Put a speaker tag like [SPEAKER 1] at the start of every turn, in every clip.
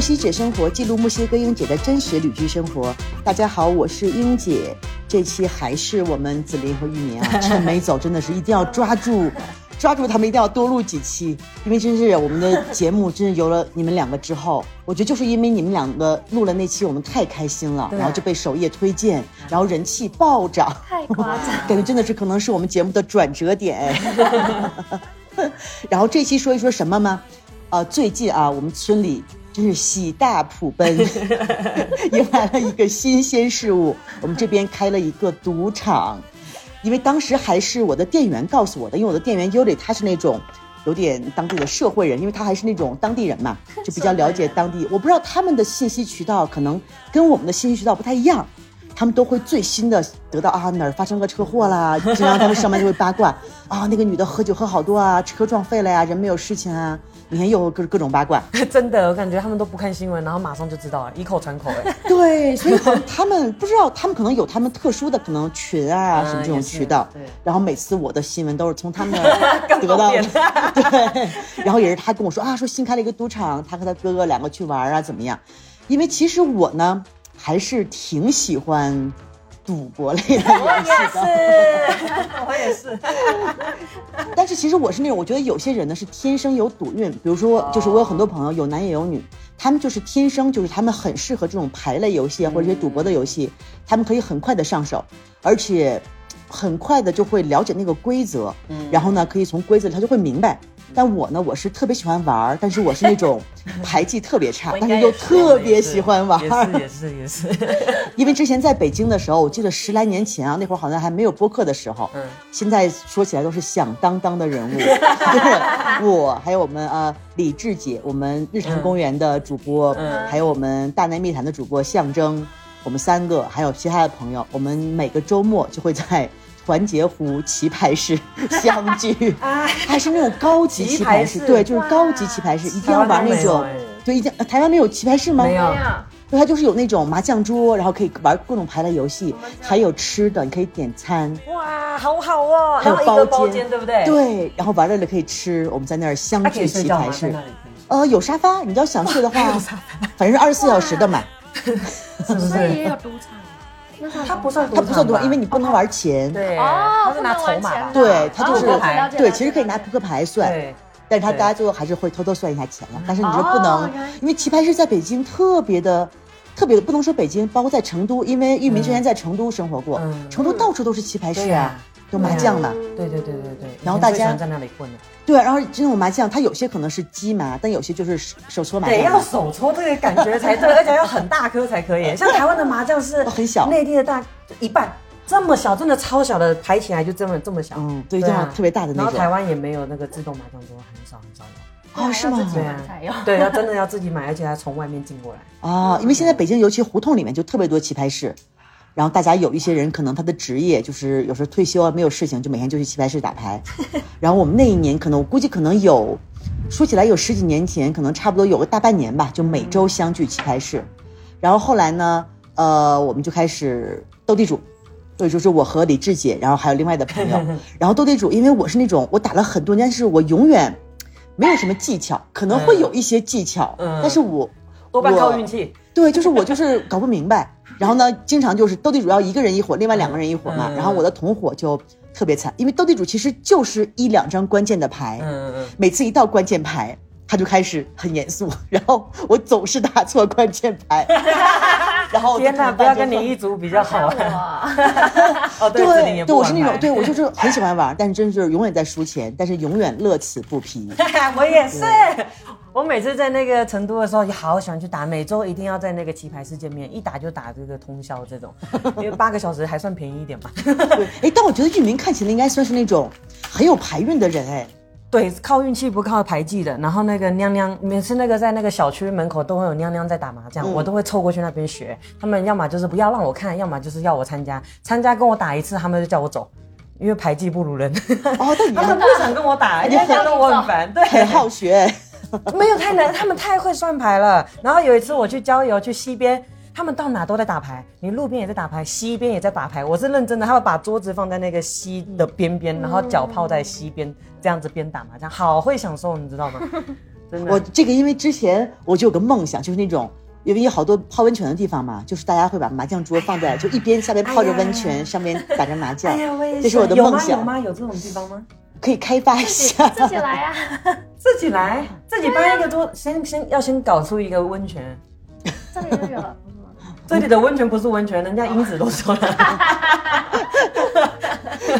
[SPEAKER 1] 西姐生活记录墨西哥英姐的真实旅居生活。大家好，我是英姐。这期还是我们紫琳和玉明啊，趁没走，真的是一定要抓住，抓住他们，一定要多录几期，因为真是我们的节目，真是有了你们两个之后，我觉得就是因为你们两个录了那期，我们太开心了，
[SPEAKER 2] 对
[SPEAKER 1] 然后就被首页推荐，然后人气暴涨，
[SPEAKER 2] 太夸 张了。
[SPEAKER 1] 感觉真的是可能是我们节目的转折点。 然后这期说一说什么吗？呃，最近啊，我们村里真是喜大普奔， 迎来了一个新鲜事物。我们这边开了一个赌场，因为当时还是我的店员告诉我的，因为我的店员 Yuri 他是那种。有点当地的社会人，因为他还是那种当地人嘛，就比较了解当地。我不知道他们的信息渠道可能跟我们的信息渠道不太一样，他们都会最新的得到啊哪儿发生个车祸啦，经常他们上班就会八卦啊那个女的喝酒喝好多啊，车撞废了呀，人没有事情啊，你看又各各种八卦。
[SPEAKER 3] 真的，我感觉他们都不看新闻，然后马上就知道了，以口传口 哎。
[SPEAKER 1] 对，所以好像他们不知道，他们可能有他们特殊的可能群啊
[SPEAKER 3] 嗯
[SPEAKER 1] 什么这种
[SPEAKER 3] 也是
[SPEAKER 1] 渠道
[SPEAKER 3] 对。
[SPEAKER 1] 然后每次我的新闻都是从他们 那 得到
[SPEAKER 3] 方便
[SPEAKER 1] 的，对。然后也是他跟我说啊，说新开了一个赌场，他和他哥哥两个去玩啊，怎么样？因为其实我呢还是挺喜欢赌博类的游戏的。
[SPEAKER 3] 我 也是，
[SPEAKER 1] 但是其实我是那种，我觉得有些人呢是天生有赌运，比如
[SPEAKER 3] 哦
[SPEAKER 1] 说就是我有很多朋友有男也有女，他们就是天生就是他们很适合这种牌类游戏啊，或者一些赌博的游戏，他们可以很快的上手，而且很快的就会了解那个规则，
[SPEAKER 3] 嗯
[SPEAKER 1] 然后呢可以从规则里他就会明白。但我呢，我是特别喜欢玩儿，但是我是那 种牌技特别差，但是又特别喜欢玩
[SPEAKER 3] 也
[SPEAKER 1] 儿。
[SPEAKER 3] 是也是也是。
[SPEAKER 1] 因为之前在北京的时候，我记得十来年前啊，那会儿好像还没有播客的时候，
[SPEAKER 3] 嗯
[SPEAKER 1] 现在说起来都是响当当的 人物，就是我，还有我们呃李志姐，我们日坛公园的主播，
[SPEAKER 3] 嗯
[SPEAKER 1] 还有我们大内密谈的主播象征，我们三个，还有其他的朋友，我们每个周末就会在。团结湖棋牌室相 聚，还是那种高级棋牌室，
[SPEAKER 3] 啊棋牌室
[SPEAKER 1] 对，就是高级棋牌室，一定要玩那种
[SPEAKER 3] 台湾没有哎，
[SPEAKER 1] 对，一定呃台湾没有棋牌室吗？
[SPEAKER 3] 没有
[SPEAKER 1] 啊对，它就是有那种麻将桌，然后可以玩各种牌类游戏，还有吃的，你可以点餐。
[SPEAKER 3] 哇，好好哦，
[SPEAKER 1] 还
[SPEAKER 3] 然
[SPEAKER 1] 有
[SPEAKER 3] 后一个
[SPEAKER 1] 包
[SPEAKER 3] 包
[SPEAKER 1] 间
[SPEAKER 3] 间，对不对？，
[SPEAKER 1] 对，然后玩累了可以吃，我们在那儿相
[SPEAKER 3] 他可
[SPEAKER 1] 聚
[SPEAKER 3] 以睡
[SPEAKER 1] 棋
[SPEAKER 3] 觉
[SPEAKER 1] 牌
[SPEAKER 3] 吗？在
[SPEAKER 1] 室
[SPEAKER 3] 那。里可以
[SPEAKER 1] 呃，有沙发，你要想睡的 话，反正是二十四小时的嘛，
[SPEAKER 4] 所以也有赌场。
[SPEAKER 3] 他不算赌
[SPEAKER 1] 它
[SPEAKER 3] 场吧，
[SPEAKER 1] 不算多，因为你不能玩钱。
[SPEAKER 3] 对，
[SPEAKER 4] 哦
[SPEAKER 3] 他是拿筹码吧
[SPEAKER 4] 不能玩钱的
[SPEAKER 1] 对，它就
[SPEAKER 3] 哦
[SPEAKER 1] 是啊
[SPEAKER 3] 扑克牌了
[SPEAKER 4] 解
[SPEAKER 1] 对，
[SPEAKER 4] 了解
[SPEAKER 1] 其实可以拿扑克牌算，
[SPEAKER 3] 对，
[SPEAKER 1] 但是他
[SPEAKER 3] 对
[SPEAKER 1] 大家最后还是会偷偷算一下钱了。但是你说不能
[SPEAKER 4] 哦原来，
[SPEAKER 1] 因为棋牌室在北京特别的。特别的不能说北京，包括在成都，因为玉明之前在成都生活过，
[SPEAKER 3] 嗯
[SPEAKER 1] 成都到处都是棋牌室
[SPEAKER 3] 对呀
[SPEAKER 1] 啊，有麻将嘛，
[SPEAKER 3] 对对对对对。
[SPEAKER 1] 然后大家
[SPEAKER 3] 以前最喜欢在那里混的，
[SPEAKER 1] 对，啊然后这种麻将，它有些可能是鸡麻，但有些就是手手搓麻
[SPEAKER 3] 得要
[SPEAKER 1] 将。
[SPEAKER 3] 手搓这个感觉 才对，而且要很大颗才可以。像台湾的麻将是
[SPEAKER 1] 很小
[SPEAKER 3] 内地的大一半，这么小，真的超小的，排起来就这么这么小。
[SPEAKER 1] 嗯，对，这样特别大的那
[SPEAKER 3] 啊然后台
[SPEAKER 1] 种。
[SPEAKER 3] 湾也没有那个自动麻将桌，很 少很少有。
[SPEAKER 1] 哦，是吗？
[SPEAKER 3] 对
[SPEAKER 4] 对
[SPEAKER 3] 啊
[SPEAKER 4] 啊，才有
[SPEAKER 3] 对，要真的要自己买，而且还从外面进过来。
[SPEAKER 1] 啊，因为现在北京尤其胡同里面就特别多棋牌室，然后大家有一些人可能他的职业就是有时候退休啊没有事情，就每天就去棋牌室打牌。然后我们那一年可能我估计可能有，说起来有十几年前，可能差不多有个大半年吧，就每周相聚棋牌室。然后后来呢，呃，我们就开始斗地主，对，就是我和李志姐，然后还有另外的朋友。然后斗地主，因为我是那种我打了很多年，但是我永远没有什么技巧，可能会有一些技巧，
[SPEAKER 3] 嗯
[SPEAKER 1] 但是我
[SPEAKER 3] 多半靠
[SPEAKER 1] 我
[SPEAKER 3] 运气。
[SPEAKER 1] 对，就是我就是搞不明白。然后呢，经常就是斗地主要一个人一伙，另外两个人一伙嘛。
[SPEAKER 3] 嗯嗯
[SPEAKER 1] 然后我的同伙就特别惨，因为斗地主其实就是一两张关键的牌，
[SPEAKER 3] 嗯嗯
[SPEAKER 1] 每次一到关键牌，他就开始很严肃，然后我总是打错关键 牌。然后我就
[SPEAKER 3] 嗯。天哪，
[SPEAKER 1] 可能
[SPEAKER 3] 不要
[SPEAKER 1] 半截
[SPEAKER 3] 跟
[SPEAKER 1] 放
[SPEAKER 3] 你一组比较好
[SPEAKER 4] 我
[SPEAKER 3] 啊。 哦，对，子宁
[SPEAKER 1] 对
[SPEAKER 3] 也
[SPEAKER 1] 对，
[SPEAKER 3] 不
[SPEAKER 1] 我
[SPEAKER 3] 玩
[SPEAKER 1] 是那种
[SPEAKER 3] 牌
[SPEAKER 1] 对我就是很喜欢玩，但是真的就是永远在输钱，但是永远乐此不疲。
[SPEAKER 3] 我也是。我每次在那个成都的时候，也好喜欢去打，每周一定要在那个棋牌室见面，一打就打这个通宵这种， 因为八个小时还算便宜一点嘛。
[SPEAKER 1] 对，哎，但我觉得玉明看起来应该算是那种很有牌运的人，哎，
[SPEAKER 3] 对，靠运气不靠牌技的。然后那个娘娘，每次那个在那个小区门口都会有娘娘在打麻将，
[SPEAKER 1] 嗯
[SPEAKER 3] 我都会凑过去那边学。他们要么就是不要让我看，要么就是要我参加，参加跟我打一次，他们就叫我走，因为牌技不如人。
[SPEAKER 1] 哦，但你
[SPEAKER 3] 他们不想跟我 打，因
[SPEAKER 1] 你
[SPEAKER 3] 为
[SPEAKER 1] 很
[SPEAKER 3] 觉得我很烦。对，
[SPEAKER 1] 很好学，哎
[SPEAKER 3] 没有太难，他们太会算牌了。然后有一次我去郊游，去西边，他们到哪都在打牌，你路边也在打牌，西边也在打牌。我是认真的，他们把桌子放在那个溪的边边，然后脚泡在溪边，这样子边打麻将，好会享受，你知道吗？真的
[SPEAKER 1] 我这个因为之前我就有个梦想，就是那种。因为有好多泡温泉的地方嘛，就是大家会把麻将桌放在，就一边下边泡着温泉，上面打着麻将
[SPEAKER 3] 哎，呀，我也
[SPEAKER 1] 这是我的
[SPEAKER 3] 有吗
[SPEAKER 1] 梦想
[SPEAKER 3] 有吗？有这种地方吗？
[SPEAKER 1] 可以开发一下。
[SPEAKER 2] 自己来啊！
[SPEAKER 3] 自己来，自己搬一个桌，先先要先搞出一个温泉。
[SPEAKER 2] 这里就有了，
[SPEAKER 3] 这里的温泉不是温泉，人家英子都说了，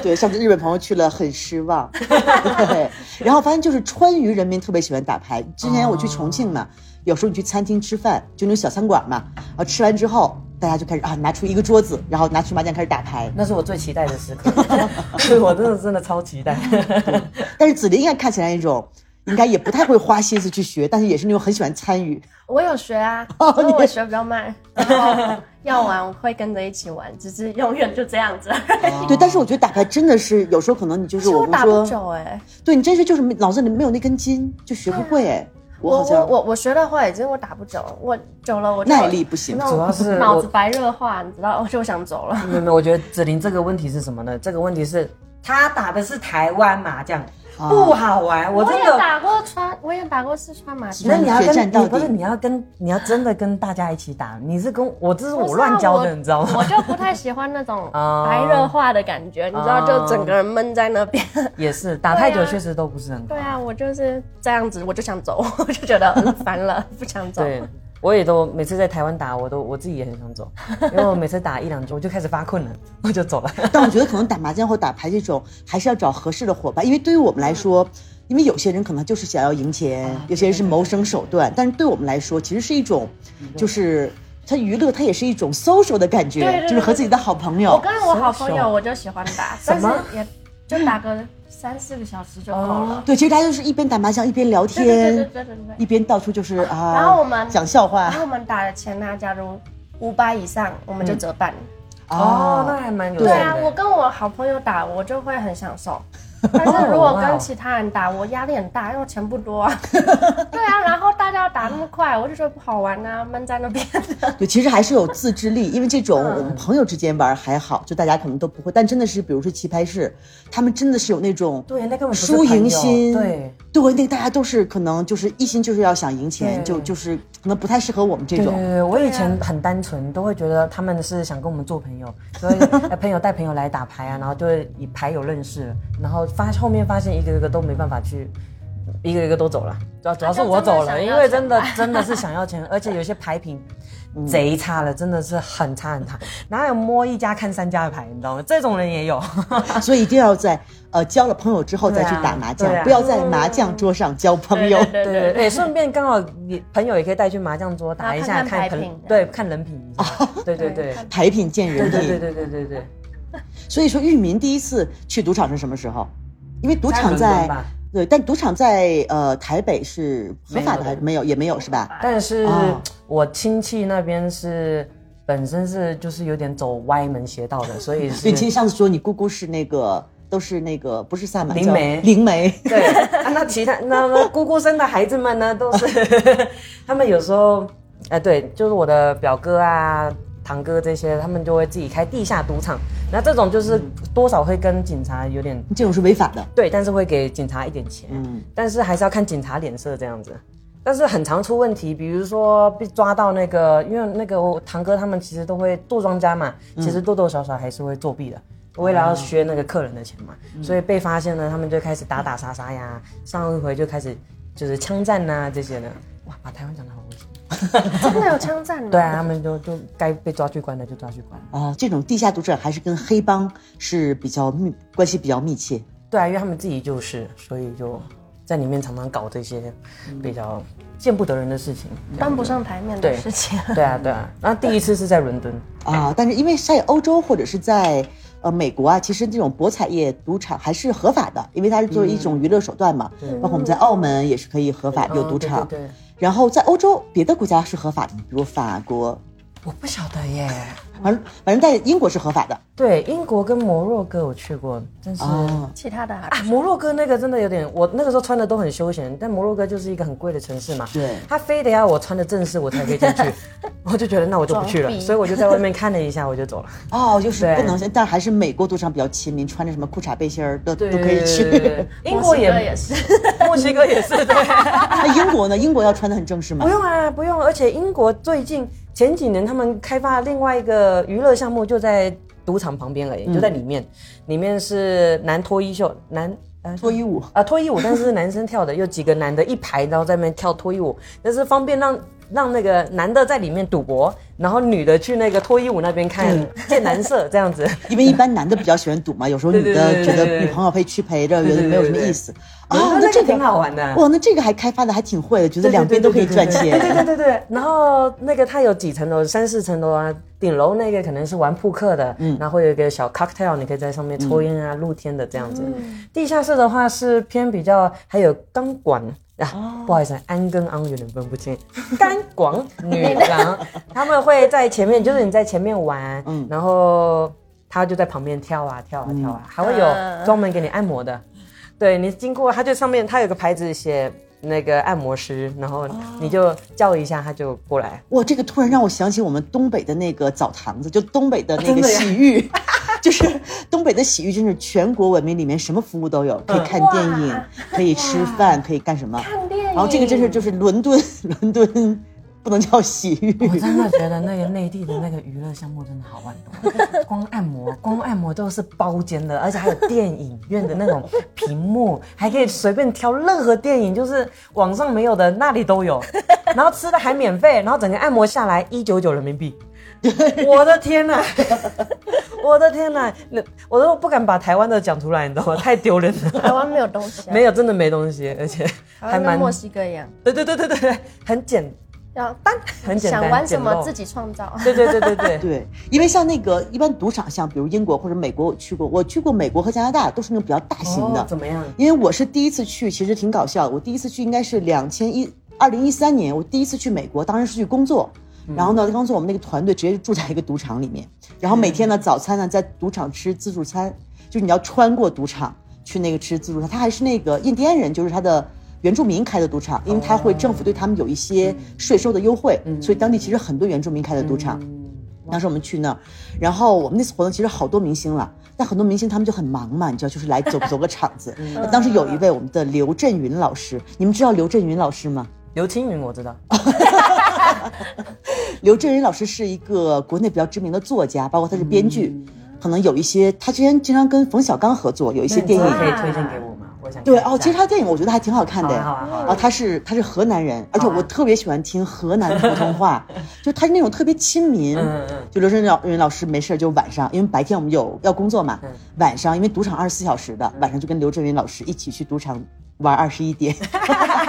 [SPEAKER 1] 对，上次日本朋友去了很失 望，对，然后发现就是川渝人民特别喜欢打牌。之前我去重庆
[SPEAKER 3] 哦
[SPEAKER 1] 嘛，有时候你去餐厅吃饭，就那种小餐馆嘛，啊，吃完之后大家就开始啊拿出一个桌子，然后拿出麻将开始打牌。
[SPEAKER 3] 那是我最期待的时刻，对我真的真的超期待。
[SPEAKER 1] 但是紫菱应该看起来那种。应该也不太会花心思去学，但是也是那种很喜欢参与。
[SPEAKER 2] 我有学啊，不过我学比较慢，然后要玩我会跟着一起玩，只是永远就这样子。
[SPEAKER 1] 对，但是我觉得打牌真的是有时候可能你就是
[SPEAKER 2] 其实
[SPEAKER 1] 我
[SPEAKER 2] 我
[SPEAKER 1] 们
[SPEAKER 2] 打哦不
[SPEAKER 1] 说，
[SPEAKER 2] 久哎，
[SPEAKER 1] 对你真是就是没脑子里没有那根筋，就学不会哎。我好
[SPEAKER 2] 我嗯我
[SPEAKER 1] 像
[SPEAKER 2] 我我学的会，只是我打不久，我久了我就
[SPEAKER 1] 耐力不行
[SPEAKER 2] 那种
[SPEAKER 3] 主要是我
[SPEAKER 2] 脑子白热化，你知道，我就想走了。
[SPEAKER 3] 没有没有，我觉得子琳这个问题是什么呢？这个问题是她打的是台湾麻将，
[SPEAKER 1] 啊
[SPEAKER 3] 不好玩，我
[SPEAKER 2] 我
[SPEAKER 3] 真
[SPEAKER 2] 也
[SPEAKER 3] 的。
[SPEAKER 2] 打过川，我也打过四川麻将。
[SPEAKER 3] 那你要
[SPEAKER 1] 血战
[SPEAKER 3] 跟
[SPEAKER 1] 到
[SPEAKER 3] 你不是
[SPEAKER 1] 底
[SPEAKER 3] 你要跟你要真的跟大家一起打，你是跟我这是
[SPEAKER 2] 不
[SPEAKER 3] 我
[SPEAKER 2] 是啊
[SPEAKER 3] 乱教的，你知道吗？
[SPEAKER 2] 我就不太喜欢那种
[SPEAKER 3] 啊
[SPEAKER 2] 白热化的感觉，你知道，就整个人闷在那边。
[SPEAKER 3] 也是打太久
[SPEAKER 2] 对啊
[SPEAKER 3] 确实都不是很好
[SPEAKER 2] 对。啊，我就是这样子，我就想走， 我就觉得嗯烦了，不想走。
[SPEAKER 3] 对，我也都每次在台湾打，我都我自己也很想走，因为我每次打一两局我就开始发困了，我就走了。
[SPEAKER 1] 但我觉得可能打麻将或打牌这种，还是要找合适的伙伴，因为对于我们来说，
[SPEAKER 2] 嗯
[SPEAKER 1] 因为有些人可能就是想要赢钱，
[SPEAKER 2] 啊
[SPEAKER 1] 有些人是谋生手段，但是对我们来说，其实是一种，
[SPEAKER 2] 嗯
[SPEAKER 1] 就是它娱乐，它也是一种 social 的感觉，
[SPEAKER 2] 对对对
[SPEAKER 1] 就是和自己的好朋
[SPEAKER 2] 我
[SPEAKER 1] 友。
[SPEAKER 2] 跟我好朋
[SPEAKER 3] 手
[SPEAKER 2] 友，我就喜欢打，但是也就打个三四个小时就够了。
[SPEAKER 1] 对，其实大家就是一边打麻将一边聊
[SPEAKER 2] 对对对对
[SPEAKER 1] 天，
[SPEAKER 2] 对对对
[SPEAKER 1] 一
[SPEAKER 2] 对。
[SPEAKER 1] 边到处就是啊，
[SPEAKER 2] 然后我们
[SPEAKER 1] 讲笑话
[SPEAKER 2] 然后我们打的钱呢，假如五百以上，我们就折半。
[SPEAKER 3] 哦， 那还蛮有
[SPEAKER 2] 对
[SPEAKER 3] 钱
[SPEAKER 2] 啊，
[SPEAKER 3] 的
[SPEAKER 2] 我跟我好朋友打，我就会很 享受。但是如果跟其他人打，我压力很大，因为我钱不多 啊。对啊，然后大家打那么快，我就觉得不好玩啊，闷在那 边。
[SPEAKER 1] 对，其实还是有自制力，因为这种我们朋友之间玩还好，就大家可能都不会，但真的是，比如说棋牌室，他们真的是有那种
[SPEAKER 3] 对，那根本不是
[SPEAKER 1] 输
[SPEAKER 3] 朋友
[SPEAKER 1] 赢心，
[SPEAKER 3] 对
[SPEAKER 1] 对，那大家都是可能就是一心就是要想赢钱，
[SPEAKER 3] 对
[SPEAKER 1] 就就是可能不太适合我们这
[SPEAKER 3] 对对
[SPEAKER 1] 种。
[SPEAKER 3] 对，我以前很单纯，都会觉得他们是想跟我们做朋友，所以哎朋友带朋友来打牌啊，然后就会以牌友认识，然后发后面发现一个一个都没办法去。一个一个都走了，主要主要是我走了，因为真的真的是想要 钱，而且有些牌品
[SPEAKER 1] 嗯
[SPEAKER 3] 贼差了，真的是很差很差，哪有摸一家看三家的牌，你知道吗？这种人也有。
[SPEAKER 1] 所以一定要在呃交了朋友之后再去打麻将，
[SPEAKER 3] 对啊
[SPEAKER 1] 不要在麻将桌上交朋友。
[SPEAKER 3] 对
[SPEAKER 2] 对
[SPEAKER 3] 对对，顺便刚好也朋友也可以带去麻将桌打一下，
[SPEAKER 2] 然后看
[SPEAKER 3] 人
[SPEAKER 2] 看牌品
[SPEAKER 3] 对，看人品一下。对对对，
[SPEAKER 2] 看
[SPEAKER 1] 牌品见人
[SPEAKER 3] 对
[SPEAKER 1] 品，
[SPEAKER 3] 对对对对对对，
[SPEAKER 1] 所以说玉民第一次去赌场是什么时候？因为赌场
[SPEAKER 3] 在伦
[SPEAKER 1] 在
[SPEAKER 3] 敦吧
[SPEAKER 1] 对，但赌场在呃台北是合法的
[SPEAKER 3] 没有的啊
[SPEAKER 1] 还是没有？也没有是吧？
[SPEAKER 3] 但是
[SPEAKER 1] 哦
[SPEAKER 3] 我亲戚那边是本身是就是有点走歪门邪道的，所 以
[SPEAKER 1] 所以其实
[SPEAKER 3] 是。
[SPEAKER 1] 上次说你姑姑是那个都是那个不是萨满
[SPEAKER 3] 灵
[SPEAKER 1] 叫
[SPEAKER 3] 媒
[SPEAKER 1] 灵媒，
[SPEAKER 3] 对啊，那其他那那姑姑生的孩子们呢，都是 他们有时候，呃，对，就是我的表哥啊、堂哥这些，他们就会自己开地下赌场。那这种就是多少会跟警察有点
[SPEAKER 1] 这种是违法的。
[SPEAKER 3] 对，但是会给警察一点钱。
[SPEAKER 1] 嗯，
[SPEAKER 3] 但是还是要看警察脸色这样子。但是很常出问题，比如说被抓到那个，因为那个我堂哥他们其实都会做庄家嘛，其实多多少少还是会作弊的。为了要削那个客人的钱嘛，所以被发现呢，他们就开始打打杀杀呀，上一回就开始就是枪战呐、这些的。哇，把台湾讲的好危险。
[SPEAKER 2] 真的有枪战吗？
[SPEAKER 3] 对啊，他们就就该被抓去关的就抓去关。
[SPEAKER 1] 啊，这种地下赌场还是跟黑帮是比较密关系比较密切。
[SPEAKER 3] 对啊，因为他们自己就是，所以就在里面常常搞这些比较见不得人的事情。
[SPEAKER 2] 搬不上台面的事情。
[SPEAKER 3] 对啊，对啊。那第一次是在 伦敦，
[SPEAKER 1] 啊，但是因为在欧洲或者是在呃美国啊，其实这种博彩业赌场还是合法的，因为它是作为一种
[SPEAKER 3] 嗯
[SPEAKER 1] 娱乐手段嘛。包括我们在澳门也是啊可以合法有赌场，
[SPEAKER 3] 哦对对对
[SPEAKER 1] 然后在欧洲别的国家是合法的，比如法国、
[SPEAKER 3] 我不晓得耶。
[SPEAKER 1] 反正反正在英国是合法的
[SPEAKER 3] 对，英国跟摩洛哥我去过，但是。
[SPEAKER 1] 哦。
[SPEAKER 2] 其他的还
[SPEAKER 3] 啊，摩洛哥那个真的有点，我那个时候穿的都很休闲，但摩洛哥就是一个很贵的城市嘛，
[SPEAKER 1] 对
[SPEAKER 3] 他非得要我穿的正式我才可以进去， 我就觉得那我就不去
[SPEAKER 2] 装
[SPEAKER 3] 了，
[SPEAKER 2] 逼
[SPEAKER 3] 所以我就在外面看了一下，我就走了。
[SPEAKER 1] 哦，就是
[SPEAKER 3] 对
[SPEAKER 1] 不能，但还是美国赌场比较亲民，穿着什么裤衩背心儿都都可以
[SPEAKER 3] 对
[SPEAKER 1] 去。，
[SPEAKER 3] 英国
[SPEAKER 2] 墨西哥也
[SPEAKER 3] 也，
[SPEAKER 2] 是，
[SPEAKER 3] 墨西哥也是，对，
[SPEAKER 1] 那英国呢？英国要穿的很正式吗
[SPEAKER 3] 不？用啊，不用，而且英国最近前几年他们开发另外一个娱乐项目，就在赌场旁边而
[SPEAKER 1] 嗯
[SPEAKER 3] 已，就在里面，里面是男脱衣秀，男呃
[SPEAKER 1] 脱衣舞。
[SPEAKER 3] 啊，脱衣舞，但是是男生跳的，有几个男的一排，然后在那边跳脱衣舞，但是方便让让那个男的在里面赌博，然后女的去那个脱衣舞那边看
[SPEAKER 1] 嗯
[SPEAKER 3] 见男色这样子。
[SPEAKER 1] 因为一般男的比较喜欢赌嘛，有时候女的
[SPEAKER 3] 对对对
[SPEAKER 1] 觉
[SPEAKER 3] 对
[SPEAKER 1] 得
[SPEAKER 3] 对
[SPEAKER 1] 女朋友可以去陪着，觉得没有什么意思啊
[SPEAKER 3] 对对对
[SPEAKER 1] 那
[SPEAKER 3] 对。
[SPEAKER 1] 这
[SPEAKER 3] 那个挺好玩的
[SPEAKER 1] 哇，那这个还开发的还挺会的，觉得两边都可以赚
[SPEAKER 3] 对对
[SPEAKER 1] 钱。
[SPEAKER 3] 对对对。然后那个它有几层楼，三四层楼啊，顶楼那个可能是玩扑克的，然后会有一个小 cocktail，你可以在上面抽烟啊、露天的这样子。地下室的话是偏比较，还有钢管。啊，不好意思，安跟昂有点分不清。钢管女郎，他们会在前面，就是你在前面玩，然后他就在旁边跳啊跳啊跳啊，还会有专门给你按摩的。对你经过，他就上面他有个牌子写那个按摩师，然后你就叫一下，他就过来。
[SPEAKER 1] 哇，这个突然让我想起我们东北的那个澡堂子，就东北的那
[SPEAKER 3] 真
[SPEAKER 1] 个
[SPEAKER 3] 的呀
[SPEAKER 1] 洗浴， 就是东北的洗浴，真是全国闻名，里面什么服务都有，可以
[SPEAKER 3] 嗯
[SPEAKER 1] 看电影
[SPEAKER 2] 哇，
[SPEAKER 1] 可以吃饭，可以干什么。
[SPEAKER 2] 看电影。
[SPEAKER 3] 哦
[SPEAKER 1] 然后这个真是就是伦敦， 伦敦不能叫洗浴，
[SPEAKER 3] 我真的觉得那个内地的那个娱乐项目真的好玩多 了，光按摩，光按摩都是包间的，而且还有电影院的那种屏幕，还可以随便挑任何电影，就是网上没有的那里都有。然后吃的还免费，然后整个按摩下来一九九人民币。我的天呐， 我的天呐，那我都不敢把台湾的讲出来，你知道吗？太丢人了。
[SPEAKER 2] 台湾没有东西、啊，
[SPEAKER 3] 没有，真的没东西，而且
[SPEAKER 2] 台
[SPEAKER 3] 还
[SPEAKER 2] 湾跟
[SPEAKER 3] 蛮……
[SPEAKER 2] 墨西哥一样，
[SPEAKER 3] 对对对对对对，很简，
[SPEAKER 2] 要单
[SPEAKER 3] 很简单
[SPEAKER 2] 想玩什
[SPEAKER 3] 简
[SPEAKER 2] 么
[SPEAKER 3] 陋
[SPEAKER 2] 自己创造。
[SPEAKER 3] 对对对对 对。
[SPEAKER 1] 对，因为像那个一般赌场，像比如英国或者美国，我去过，我去过美国和加拿大，都是那种比较大型的。
[SPEAKER 3] 哦怎么样？
[SPEAKER 1] 因为我是第一次去，其实挺搞笑的。我第一次去应该是两千一二零一三年，我第一次去美国，当时是去工作。然后呢，工作我们那个团队直接就住在一个赌场里面，然后每天呢早餐呢在赌场吃自助餐，就是你要穿过赌场去那个吃自助餐。他还是那个印第安人，就是他的原住民开的赌场，因为他会政府对他们有一些税收的优惠，所以当地其实很多原住民开的赌场。
[SPEAKER 3] 嗯
[SPEAKER 1] 当时我们去那儿，然后我们那次活动其实好多明星了，但很多明星他们就很忙嘛，你知道，就是来走走个场子。
[SPEAKER 3] 嗯
[SPEAKER 1] 当时有一位我们的刘震云老师，你们知道刘震云老师吗？
[SPEAKER 3] 刘青云我知道，
[SPEAKER 1] 哦刘震云老师是一个国内比较知名的作家，包括他是编剧，
[SPEAKER 3] 嗯
[SPEAKER 1] 可能有一些他之前经常跟冯小刚合作，有一些电
[SPEAKER 3] 那
[SPEAKER 1] 影
[SPEAKER 3] 你。可以推荐给我吗？我想
[SPEAKER 1] 对
[SPEAKER 3] 看一
[SPEAKER 1] 哦，
[SPEAKER 3] 下
[SPEAKER 1] 其实他电影我觉得还挺好看的。
[SPEAKER 3] 好啊好哦啊好啊
[SPEAKER 1] 然后他是他是河南人，而且我特别喜欢听河南普通 话，就他是那种特别亲民。
[SPEAKER 3] 嗯嗯
[SPEAKER 1] 就刘震云老云老师没事儿就晚上，因为白天我们有要工作嘛，晚上因为赌场二十四小时的，晚上就跟刘震云老师一起去赌场玩二十一点。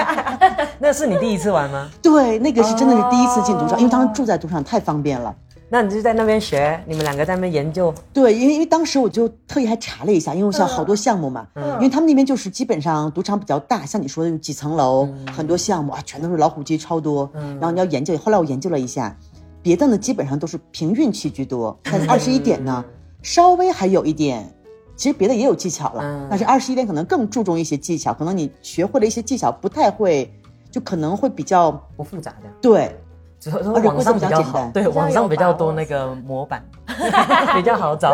[SPEAKER 3] 那是你第一次玩吗？
[SPEAKER 1] 对，那个是真的是第一次进赌场，因为当时住在赌场太方便了。
[SPEAKER 3] 那你就在那边学，你们两个在那边研究，
[SPEAKER 1] 对，因为因为当时我就特意还查了一下，因为我想好多项目嘛，因为他们那边就是基本上赌场比较大，像你说的有几层楼，很多项目啊，全都是老虎机超多。然后你要研究，后来我研究了一下，别的呢基本上都是凭运气居多，但是二十一点呢，稍微还有一点。其实别的也有技巧了，
[SPEAKER 3] 嗯
[SPEAKER 1] 但是二十一点可能更注重一些技巧，可能你学会了一些技巧，不太会，就可能会比较
[SPEAKER 3] 不复杂的，
[SPEAKER 1] 对，
[SPEAKER 3] 只是说网上比较好，
[SPEAKER 1] 哦而且规则比较简单
[SPEAKER 3] 对，
[SPEAKER 2] 比较有
[SPEAKER 3] 网上比较多那个模板， 比较好 找，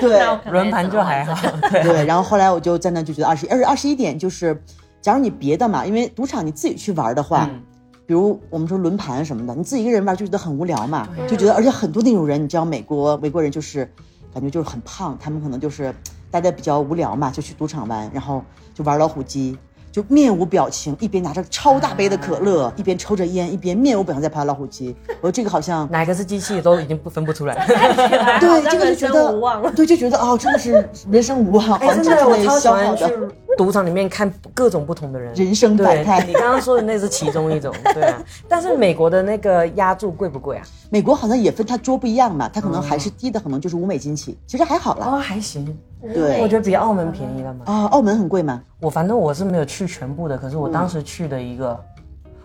[SPEAKER 1] 对
[SPEAKER 4] 那我可能
[SPEAKER 3] 轮
[SPEAKER 4] 也
[SPEAKER 3] 盘
[SPEAKER 4] 只能
[SPEAKER 3] 就还
[SPEAKER 4] 玩
[SPEAKER 3] 好， 对，
[SPEAKER 1] 对，然后后来我就在那就觉得二十一，而且二十一点就是，假如你别的嘛，因为赌场你自己去玩的话，
[SPEAKER 3] 嗯
[SPEAKER 1] 比如我们说轮盘什么的，你自己一个人玩就觉得很无聊嘛，
[SPEAKER 3] 啊
[SPEAKER 1] 就觉得而且很多那种人，你知道美国美国人就是感觉就是很胖，他们可能就是待的比较无聊嘛，就去赌场玩，然后就玩老虎机。就面无表情，一边拿着超大杯的可
[SPEAKER 3] 啊
[SPEAKER 1] 乐，一边抽着烟，一边面无表情在拍老虎机。我说这个好 像
[SPEAKER 3] 哪个是机器都已经不分不出来。
[SPEAKER 1] 对
[SPEAKER 4] 好像
[SPEAKER 1] 这个就
[SPEAKER 4] 人
[SPEAKER 1] 觉
[SPEAKER 4] 生
[SPEAKER 1] 得
[SPEAKER 4] 无望
[SPEAKER 1] 对就觉得哦，真的是人生无望，
[SPEAKER 3] 哎，
[SPEAKER 1] 完
[SPEAKER 3] 真
[SPEAKER 1] 全
[SPEAKER 3] 的，我超
[SPEAKER 1] 被
[SPEAKER 3] 喜
[SPEAKER 1] 消耗
[SPEAKER 3] 欢去
[SPEAKER 1] 的。
[SPEAKER 3] 赌场里面看各种不同的人，
[SPEAKER 1] 人生百态
[SPEAKER 3] 对你刚刚说的那是其中一种，对 啊。但是美国的那个压注贵不贵啊？
[SPEAKER 1] 美国好像也分它桌不一样嘛，它可能还是低的，可能就是五美金起，其实还好啦。
[SPEAKER 3] 哦，还行，
[SPEAKER 1] 对
[SPEAKER 3] 我觉得比澳门便宜了嘛。
[SPEAKER 1] 啊，澳门很贵吗？
[SPEAKER 3] 嗯我反正我是没有去全部的，可是我当时去的一个，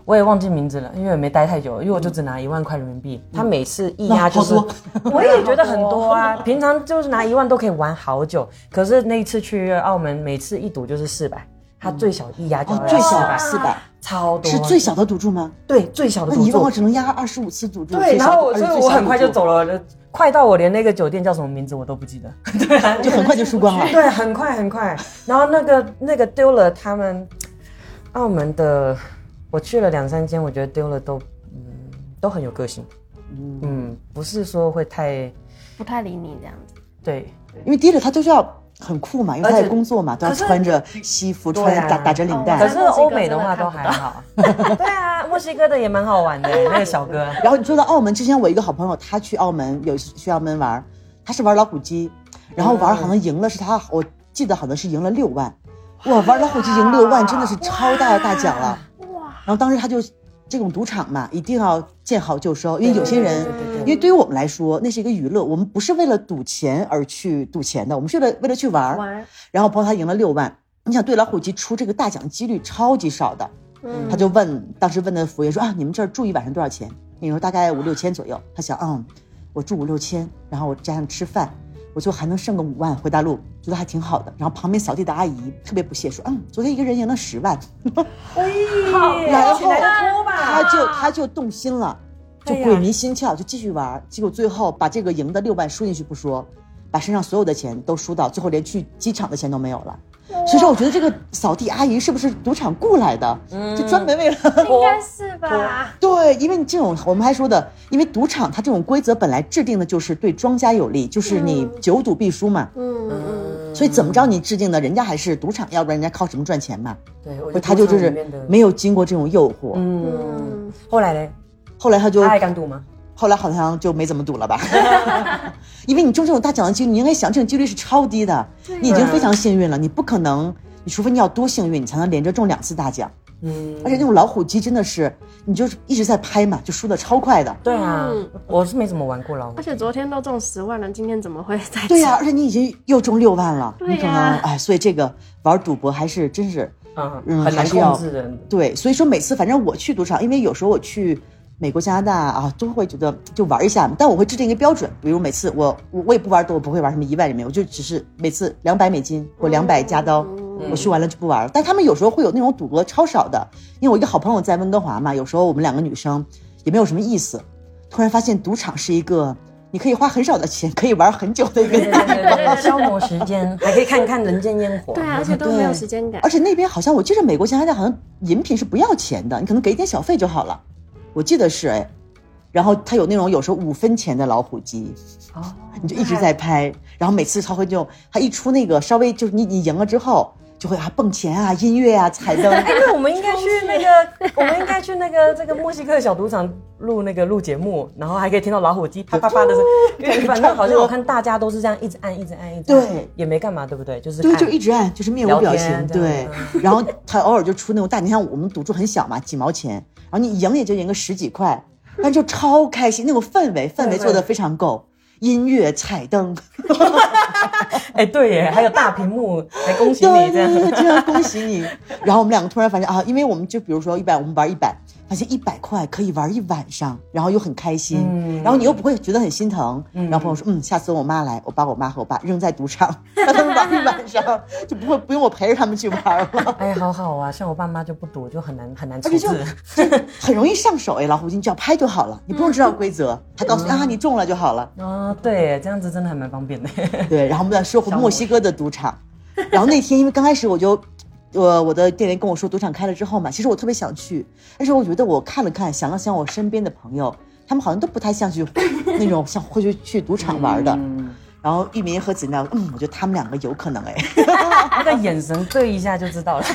[SPEAKER 3] 我也忘记名字了，因为我没待太久，因为我就只拿一万块人民币。他每次一压就是，
[SPEAKER 1] 好
[SPEAKER 3] 我也觉得 很多啊。平常就是拿一万都可以玩好久，可是那一次去澳门，每次一赌就是四百，他嗯最小一压就
[SPEAKER 1] 哦，
[SPEAKER 3] 要
[SPEAKER 1] 最
[SPEAKER 3] 400
[SPEAKER 1] 小四百，
[SPEAKER 3] 超啊多，啊
[SPEAKER 1] 是最小的赌注吗？
[SPEAKER 3] 对最小的
[SPEAKER 1] 那
[SPEAKER 3] 赌
[SPEAKER 1] 你一万
[SPEAKER 3] 注
[SPEAKER 1] 块。只能压二十五次赌注，
[SPEAKER 3] 对，
[SPEAKER 1] 最小
[SPEAKER 3] 然后我
[SPEAKER 1] 而
[SPEAKER 3] 所
[SPEAKER 1] 且
[SPEAKER 3] 以
[SPEAKER 1] 最
[SPEAKER 3] 我
[SPEAKER 1] 小
[SPEAKER 3] 很
[SPEAKER 1] 赌
[SPEAKER 3] 快就
[SPEAKER 1] 注，
[SPEAKER 3] 走了，快到我连那个酒店叫什么名字我都不 记得。
[SPEAKER 1] 就很快就输 光了。
[SPEAKER 3] 对，很快很快。然后那个那个丢了，他们澳门的，我去了两三间，我觉得丢了都嗯都很有个性，嗯，不是说会太
[SPEAKER 2] 不太理你这样子。
[SPEAKER 3] 对
[SPEAKER 1] 因为提着他就是要很酷嘛，因为他在工作嘛，都要
[SPEAKER 3] 可是
[SPEAKER 1] 穿着西服，
[SPEAKER 3] 对
[SPEAKER 1] 穿
[SPEAKER 3] 啊
[SPEAKER 1] 打打着领带
[SPEAKER 3] 可
[SPEAKER 2] 但
[SPEAKER 3] 是
[SPEAKER 2] 墨西哥
[SPEAKER 3] 欧美的话
[SPEAKER 2] 真
[SPEAKER 3] 都
[SPEAKER 2] 的看
[SPEAKER 3] 还好。 对啊，墨西哥的也蛮好玩的，那个小哥。
[SPEAKER 1] 然后你说到澳门，之前我一个好朋友，他去澳门有一次去澳门玩，他是玩老虎机，然后玩好像赢了，是他我记得好像是赢了六万，哇，玩老虎机赢六万真的是超大的大奖了。
[SPEAKER 2] 哇，
[SPEAKER 1] 然后当时他就这种赌场嘛，一定要见好就收，因为 有些人
[SPEAKER 3] 对对对对，
[SPEAKER 1] 因为对于我们来说那是一个娱乐，我们不是为了赌钱而去赌钱的，我们是为了为了去玩儿。
[SPEAKER 2] 玩，
[SPEAKER 1] 然后包括他赢了六万。你想对老虎机出这个大奖几率超级少的，
[SPEAKER 2] 嗯
[SPEAKER 1] 他就问当时问的服务员说啊，你们这儿住一晚上多少钱？你说大概五六千左右。他想，嗯，我住五六千，然后我加上吃饭，我就还能剩个五万回大陆，觉得还挺好的。然后旁边扫地的阿姨特别不屑说，嗯，昨天一个人赢了十万，然后他就他就动心了，啊哎就鬼迷心窍，就继续玩儿。结果最后把这个赢的六万输进去不说，把身上所有的钱都输到，最后连去机场的钱都没有了。所以说，我觉得这个扫地阿姨是不是赌场雇来的？就专门为了、
[SPEAKER 2] 应该是吧？
[SPEAKER 1] 对，因为你这种我们还说的，因为赌场它这种规则本来制定的就是对庄家有利，就是你久赌必输嘛。
[SPEAKER 2] 嗯嗯，
[SPEAKER 1] 所以怎么着你制定的，人家还是赌场，要不然人家靠什么赚钱嘛？
[SPEAKER 3] 对，我
[SPEAKER 1] 所以他就就
[SPEAKER 3] 赌场
[SPEAKER 1] 是
[SPEAKER 3] 里面的
[SPEAKER 1] 没有经过这种诱惑，
[SPEAKER 3] 嗯。哎后来呢？
[SPEAKER 1] 后来他就
[SPEAKER 3] 他还敢赌吗？
[SPEAKER 1] 后来好像就没怎么赌了吧， 因为你中这种大奖的几率，你应该想这种几率是超低的，你
[SPEAKER 3] 啊
[SPEAKER 1] 已经非常幸运了，你不可能，你除非你要多幸运，你才能连着中两次大奖。
[SPEAKER 3] 嗯，
[SPEAKER 1] 而且那种老虎机真的是，你就是一直在拍嘛，就输的超快的。
[SPEAKER 3] 对啊
[SPEAKER 2] 嗯，
[SPEAKER 3] 我是没怎么玩过老虎
[SPEAKER 2] 而。且昨天都中十万了，今天怎么会再
[SPEAKER 1] 对 呀、而且你已经又中六万了，
[SPEAKER 2] 对
[SPEAKER 1] 你可能
[SPEAKER 2] 呀
[SPEAKER 1] 哎，所以这个玩赌博还是真是
[SPEAKER 3] 嗯，
[SPEAKER 1] 嗯
[SPEAKER 3] 很
[SPEAKER 1] 还
[SPEAKER 3] 难
[SPEAKER 1] 是要
[SPEAKER 3] 控制的。
[SPEAKER 1] 对，所以说每次反正我去赌场，因为有时候我去美国、加拿大啊，都会觉得就玩一下，但我会制定一个标准，比如每次我我我也不玩多，我不会玩什么一万里面，我就只是每次两百美金或两百加
[SPEAKER 2] 哦
[SPEAKER 1] 刀，我去完了就不玩了。但他们有时候会有那种赌博超少的，因为我一个好朋友在温哥华嘛，有时候我们两个女生也没有什么意思，突然发现赌场是一个你可以花很少的钱可以玩很久的一个地方。
[SPEAKER 3] 消磨时间，还可以看看人间烟火。
[SPEAKER 2] 对啊，而且都没有时间感
[SPEAKER 1] 而。且那边好像我记得美国、加拿大好像饮品是不要钱的，你可能给一点小费就好了，我记得是哎。然后他有那种有时候五分钱的老虎机，
[SPEAKER 3] 哦，
[SPEAKER 1] 你就一直在拍，然后每次他会就他一出那个稍微就是你你赢了之后就会啊蹦钱啊音乐啊彩灯，
[SPEAKER 3] 哎，那我们应该去 那个，我们应该去那个这个墨西哥小赌场录那个录节目，然后还可以听到老虎机啪啪啪
[SPEAKER 1] 哦
[SPEAKER 3] 的声音。因为反正好像我看大家都是这样一直按，一直按，一直按
[SPEAKER 1] 对，
[SPEAKER 3] 也没干嘛，对不 对？就是
[SPEAKER 1] 对，
[SPEAKER 3] 按
[SPEAKER 1] 就一直按，就是面无表
[SPEAKER 3] 聊
[SPEAKER 1] 情，
[SPEAKER 3] 天这
[SPEAKER 1] 对
[SPEAKER 3] 样。
[SPEAKER 1] 然后他偶尔就出那种大，你看我们赌注很小嘛，几毛钱，然后你赢也就赢个十几块，但就超开心，那种氛围氛围做的非常够，音乐彩灯。
[SPEAKER 3] 哎，对耶，还有大屏幕，还恭喜
[SPEAKER 1] 对
[SPEAKER 3] 你这
[SPEAKER 1] 对对，这
[SPEAKER 3] 样。
[SPEAKER 1] 样恭喜你。然后我们两个突然发现啊，因为我们就比如说一百，我们玩一百，发现一百块可以玩一晚上，然后又很开心，
[SPEAKER 3] 嗯
[SPEAKER 1] 然后你又不会觉得很心疼。然后朋友说，嗯，下次我妈来，我把我妈和我爸扔在赌场， 让他们玩一晚上，就不会不用我陪着他们去玩了。
[SPEAKER 3] 哎，好好啊，像我爸妈就不赌，就很难很难处
[SPEAKER 1] 而且就
[SPEAKER 3] 置。
[SPEAKER 1] 很容易上手哎，老虎机你只要拍就好了，你不用知道规则，他告诉你
[SPEAKER 3] 嗯
[SPEAKER 1] 啊，你中了就好了。
[SPEAKER 3] 哦，对耶，这样子真的还蛮方便的。
[SPEAKER 1] 对，然后我们再说回
[SPEAKER 3] 小
[SPEAKER 1] 墨西哥的赌场。然后那天因为刚开始我就，呃，我的店员跟我说赌场开了之后嘛，其实我特别想去，但是我觉得我看了看，想了想我身边的朋友，他们好像都不太像去那种像会去去赌场玩的。
[SPEAKER 3] 嗯，
[SPEAKER 1] 然后玉民和子娜，嗯，我觉得他们两个有可能哎，
[SPEAKER 3] 那个眼神对一下就知道了。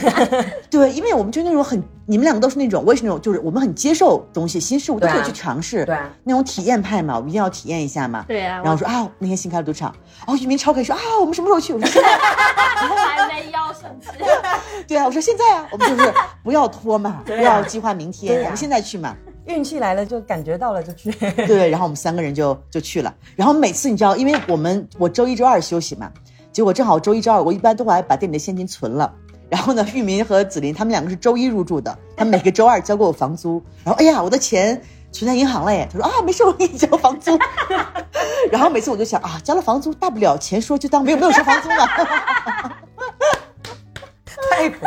[SPEAKER 1] 对，因为我们就那种很，你们两个都是那种，我也是那种，就是我们很接受东西、新事物都
[SPEAKER 3] 对啊
[SPEAKER 1] 可以去尝试，
[SPEAKER 3] 对啊
[SPEAKER 1] 那种体验派嘛，我们一定要体验一下嘛。
[SPEAKER 2] 对啊
[SPEAKER 1] 然后说啊，那天新开了赌场，哦，玉民超可以说啊，我们什么时候去？我说现在。
[SPEAKER 4] 还没腰，甚 至
[SPEAKER 1] 对啊，我说现在啊，我们就是不要拖 嘛，不要计划明天，
[SPEAKER 3] 对啊
[SPEAKER 1] 我们现在去嘛。
[SPEAKER 3] 运气来了就感觉到了就去。
[SPEAKER 1] 对，然后我们三个人就就去了。然后每次你知道，因为我们我周一周二休息嘛，结果正好周一周二我一般都会把店里的现金存了，然后呢，玉民和子林他们两个是周一入住的，他们每个周二交给我房租。然后哎呀，我的钱存在银行了耶！他说啊，没事，我给你交房租。 然后每次我就想啊，交了房租，大不了钱说就当没有没有收房租嘛。
[SPEAKER 3] 太可惜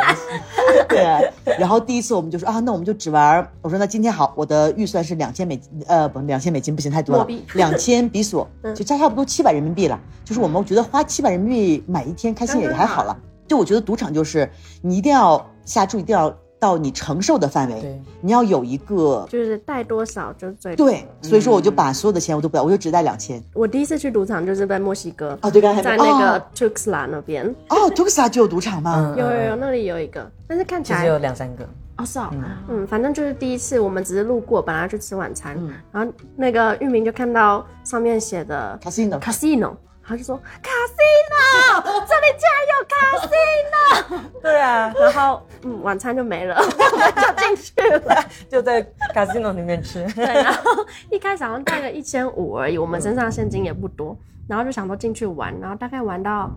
[SPEAKER 3] 了。
[SPEAKER 1] 对，然后第一次我们就说啊，那我们就只玩儿。我说那今天好，我的预算是两千美金，呃，不，两千美金不行，太多了
[SPEAKER 2] 货币， 嗯
[SPEAKER 1] 两千比索，就差差不多七百人民币了。就是我们觉得花七百人民币买一天开心也
[SPEAKER 2] 刚刚
[SPEAKER 1] 还好
[SPEAKER 2] 好
[SPEAKER 1] 了。就我觉得赌场就是你一定要下注，一定要到你承受的范围，
[SPEAKER 3] 对，
[SPEAKER 1] 你要有一个
[SPEAKER 2] 就是带多少就是嗯最多
[SPEAKER 1] 对。所以说我就把所有的钱我都不要，我就只带两千。
[SPEAKER 2] 我第一次去赌场就是在墨西哥，
[SPEAKER 1] 哦，对，刚才
[SPEAKER 2] 在那个 Tuxla 那边，
[SPEAKER 1] 哦，图克萨就有赌场吗？
[SPEAKER 3] 嗯
[SPEAKER 2] 有有有，那里有一个，但是看起
[SPEAKER 3] 其
[SPEAKER 2] 来
[SPEAKER 3] 实有两三个，
[SPEAKER 2] 哦是哦，嗯，反正就是第一次我们只是路过，本来要去吃晚餐，
[SPEAKER 1] 嗯
[SPEAKER 2] 然后那个玉明就看到上面写的
[SPEAKER 1] casino。
[SPEAKER 2] casino，他就说 casino，这里竟然有 casino，
[SPEAKER 3] 对啊，
[SPEAKER 2] 然后嗯晚餐就没 了，我们就进去了。
[SPEAKER 3] 就在 casino 里面吃。
[SPEAKER 2] 对，然后一开始好像带个一千五而已，我们身上现金也不多，然后就想说进去玩，然后大概玩到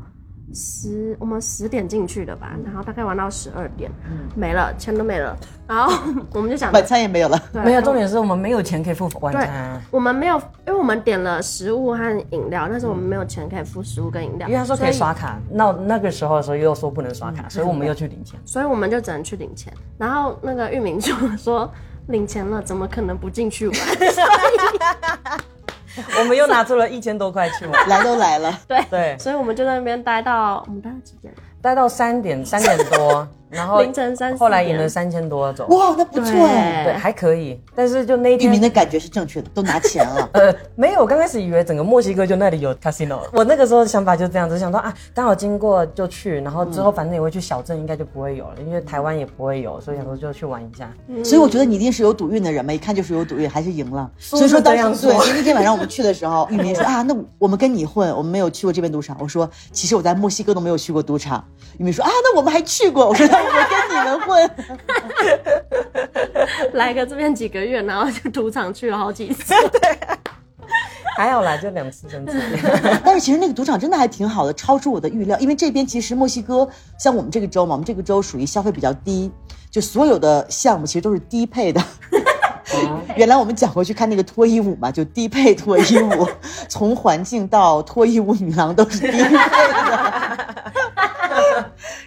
[SPEAKER 2] 十，我们十点进去的吧，然后大概玩到十二点，没了，钱都没了，然后我们就想着
[SPEAKER 1] 晚餐也没有了，
[SPEAKER 2] 对
[SPEAKER 3] 嗯没有，重点是我们没有钱可以付晚餐啊，
[SPEAKER 2] 我们没有，因为我们点了食物和饮料，但是我们没有钱可以付食物跟饮料，
[SPEAKER 3] 因为他说可以嗯
[SPEAKER 2] 所
[SPEAKER 3] 刷卡，那那个时候的时候又说不能刷卡，所以我们又去领钱。
[SPEAKER 2] 所以我们就只能去领钱。然后那个玉明就说领钱了，怎么可能不进去 玩？
[SPEAKER 3] 我们又拿出了一千多块去 玩。
[SPEAKER 1] 来都来了，
[SPEAKER 2] 对。
[SPEAKER 3] 对，
[SPEAKER 2] 所以我们就在那边待到我嗯们待到几点？
[SPEAKER 3] 待到三点三点多，然 后
[SPEAKER 2] 凌晨三四点
[SPEAKER 3] 后来赢了三千多走，
[SPEAKER 1] 哇，那不错哎。
[SPEAKER 3] 对，还可以。但是就那一
[SPEAKER 1] 玉
[SPEAKER 3] 天
[SPEAKER 1] 民，的感觉是正确的，都拿钱了。
[SPEAKER 3] 呃，没有，我刚开始以为整个墨西哥就那里有 casino，我那个时候想法就这样子，想说啊，刚好经过就去，然后之后反正也会去小镇，应该就不会有了，因为台湾也不会有，所以想说就去玩一 下。
[SPEAKER 1] 所以我觉得你一定是有赌运的人嘛，一看就是有赌运，还是赢了。
[SPEAKER 3] 说
[SPEAKER 1] 所以说
[SPEAKER 3] 是
[SPEAKER 1] 当
[SPEAKER 3] 这样
[SPEAKER 1] 时
[SPEAKER 3] 说
[SPEAKER 1] 对，所以那天晚上我们去的时候，玉明说啊，那我们跟你混，我们没有去过这边赌场。我说其实我在墨西哥都没有去过赌场。玉明说啊，那我们还去过。我说那我们跟你们混，
[SPEAKER 2] 来个这边几个月，然后就赌场去了好几 次。
[SPEAKER 3] 还好啦，就两次升职。
[SPEAKER 1] 但是其实那个赌场真的还挺好的，超出我的预料。因为这边其实墨西哥像我们这个州嘛，我们这个州属于消费比较低，就所有的项目其实都是低配的。
[SPEAKER 2] 哦
[SPEAKER 1] 原来我们讲过去看那个脱衣舞嘛，就低配脱衣 舞，从环境到脱衣舞女郎都是低配的。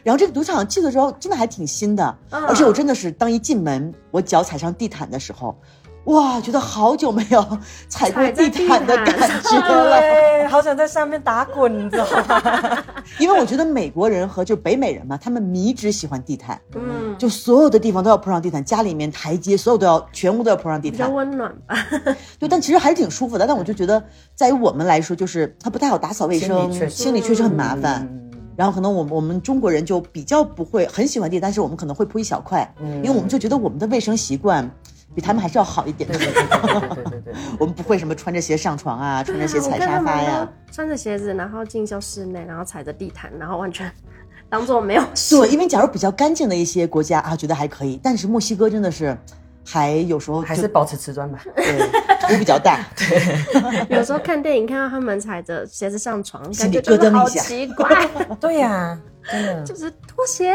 [SPEAKER 1] 然后这个赌场去的时候真的还挺新的，
[SPEAKER 2] 嗯
[SPEAKER 1] 而且我真的是当一进门，我脚踩上地毯的时候，哇，觉得好久没有踩过
[SPEAKER 2] 踩在
[SPEAKER 1] 地毯的
[SPEAKER 2] 地
[SPEAKER 1] 感
[SPEAKER 2] 毯
[SPEAKER 1] 觉了。
[SPEAKER 3] 对，好想在上面打滚，你知道吗？
[SPEAKER 1] 因为我觉得美国人和就北美人嘛，他们迷之喜欢地毯，
[SPEAKER 2] 嗯，
[SPEAKER 1] 就所有的地方都要铺上地毯，家里面台阶所有都要，全屋都要铺上地
[SPEAKER 2] 比较
[SPEAKER 1] 毯。
[SPEAKER 2] 温暖吧。
[SPEAKER 1] 对，
[SPEAKER 3] 嗯
[SPEAKER 1] 但其实还是挺舒服的。但我就觉得，在于我们来说，就是它不太好打扫卫生，
[SPEAKER 3] 心理确实嗯
[SPEAKER 1] 心里确实很麻烦。然后可能我们我们中国人就比较不会很喜欢地，但是我们可能会铺一小块，
[SPEAKER 3] 嗯
[SPEAKER 1] 因为我们就觉得我们的卫生习惯比他们还是要好一点。
[SPEAKER 3] 嗯对对对对对对对。
[SPEAKER 1] 我们不会什么穿着鞋上床啊，穿着鞋踩沙发呀、，
[SPEAKER 2] 穿着鞋子，然后进修室内，然后踩着地毯，然后完全当做没有 事。
[SPEAKER 1] 对，因为假如比较干净的一些国家啊，觉得还可以，但是墨西哥真的是，还有时候就
[SPEAKER 3] 还是保持瓷砖吧。
[SPEAKER 1] 对图比较 大，
[SPEAKER 2] 有时候看电影看到他们踩着鞋子上床，
[SPEAKER 1] 心
[SPEAKER 2] 感
[SPEAKER 1] 里
[SPEAKER 2] 觉就
[SPEAKER 1] 咯噔
[SPEAKER 2] 是
[SPEAKER 1] 一
[SPEAKER 2] 好
[SPEAKER 1] 下
[SPEAKER 2] 奇怪，
[SPEAKER 3] 对呀、真的。
[SPEAKER 2] 就是拖鞋。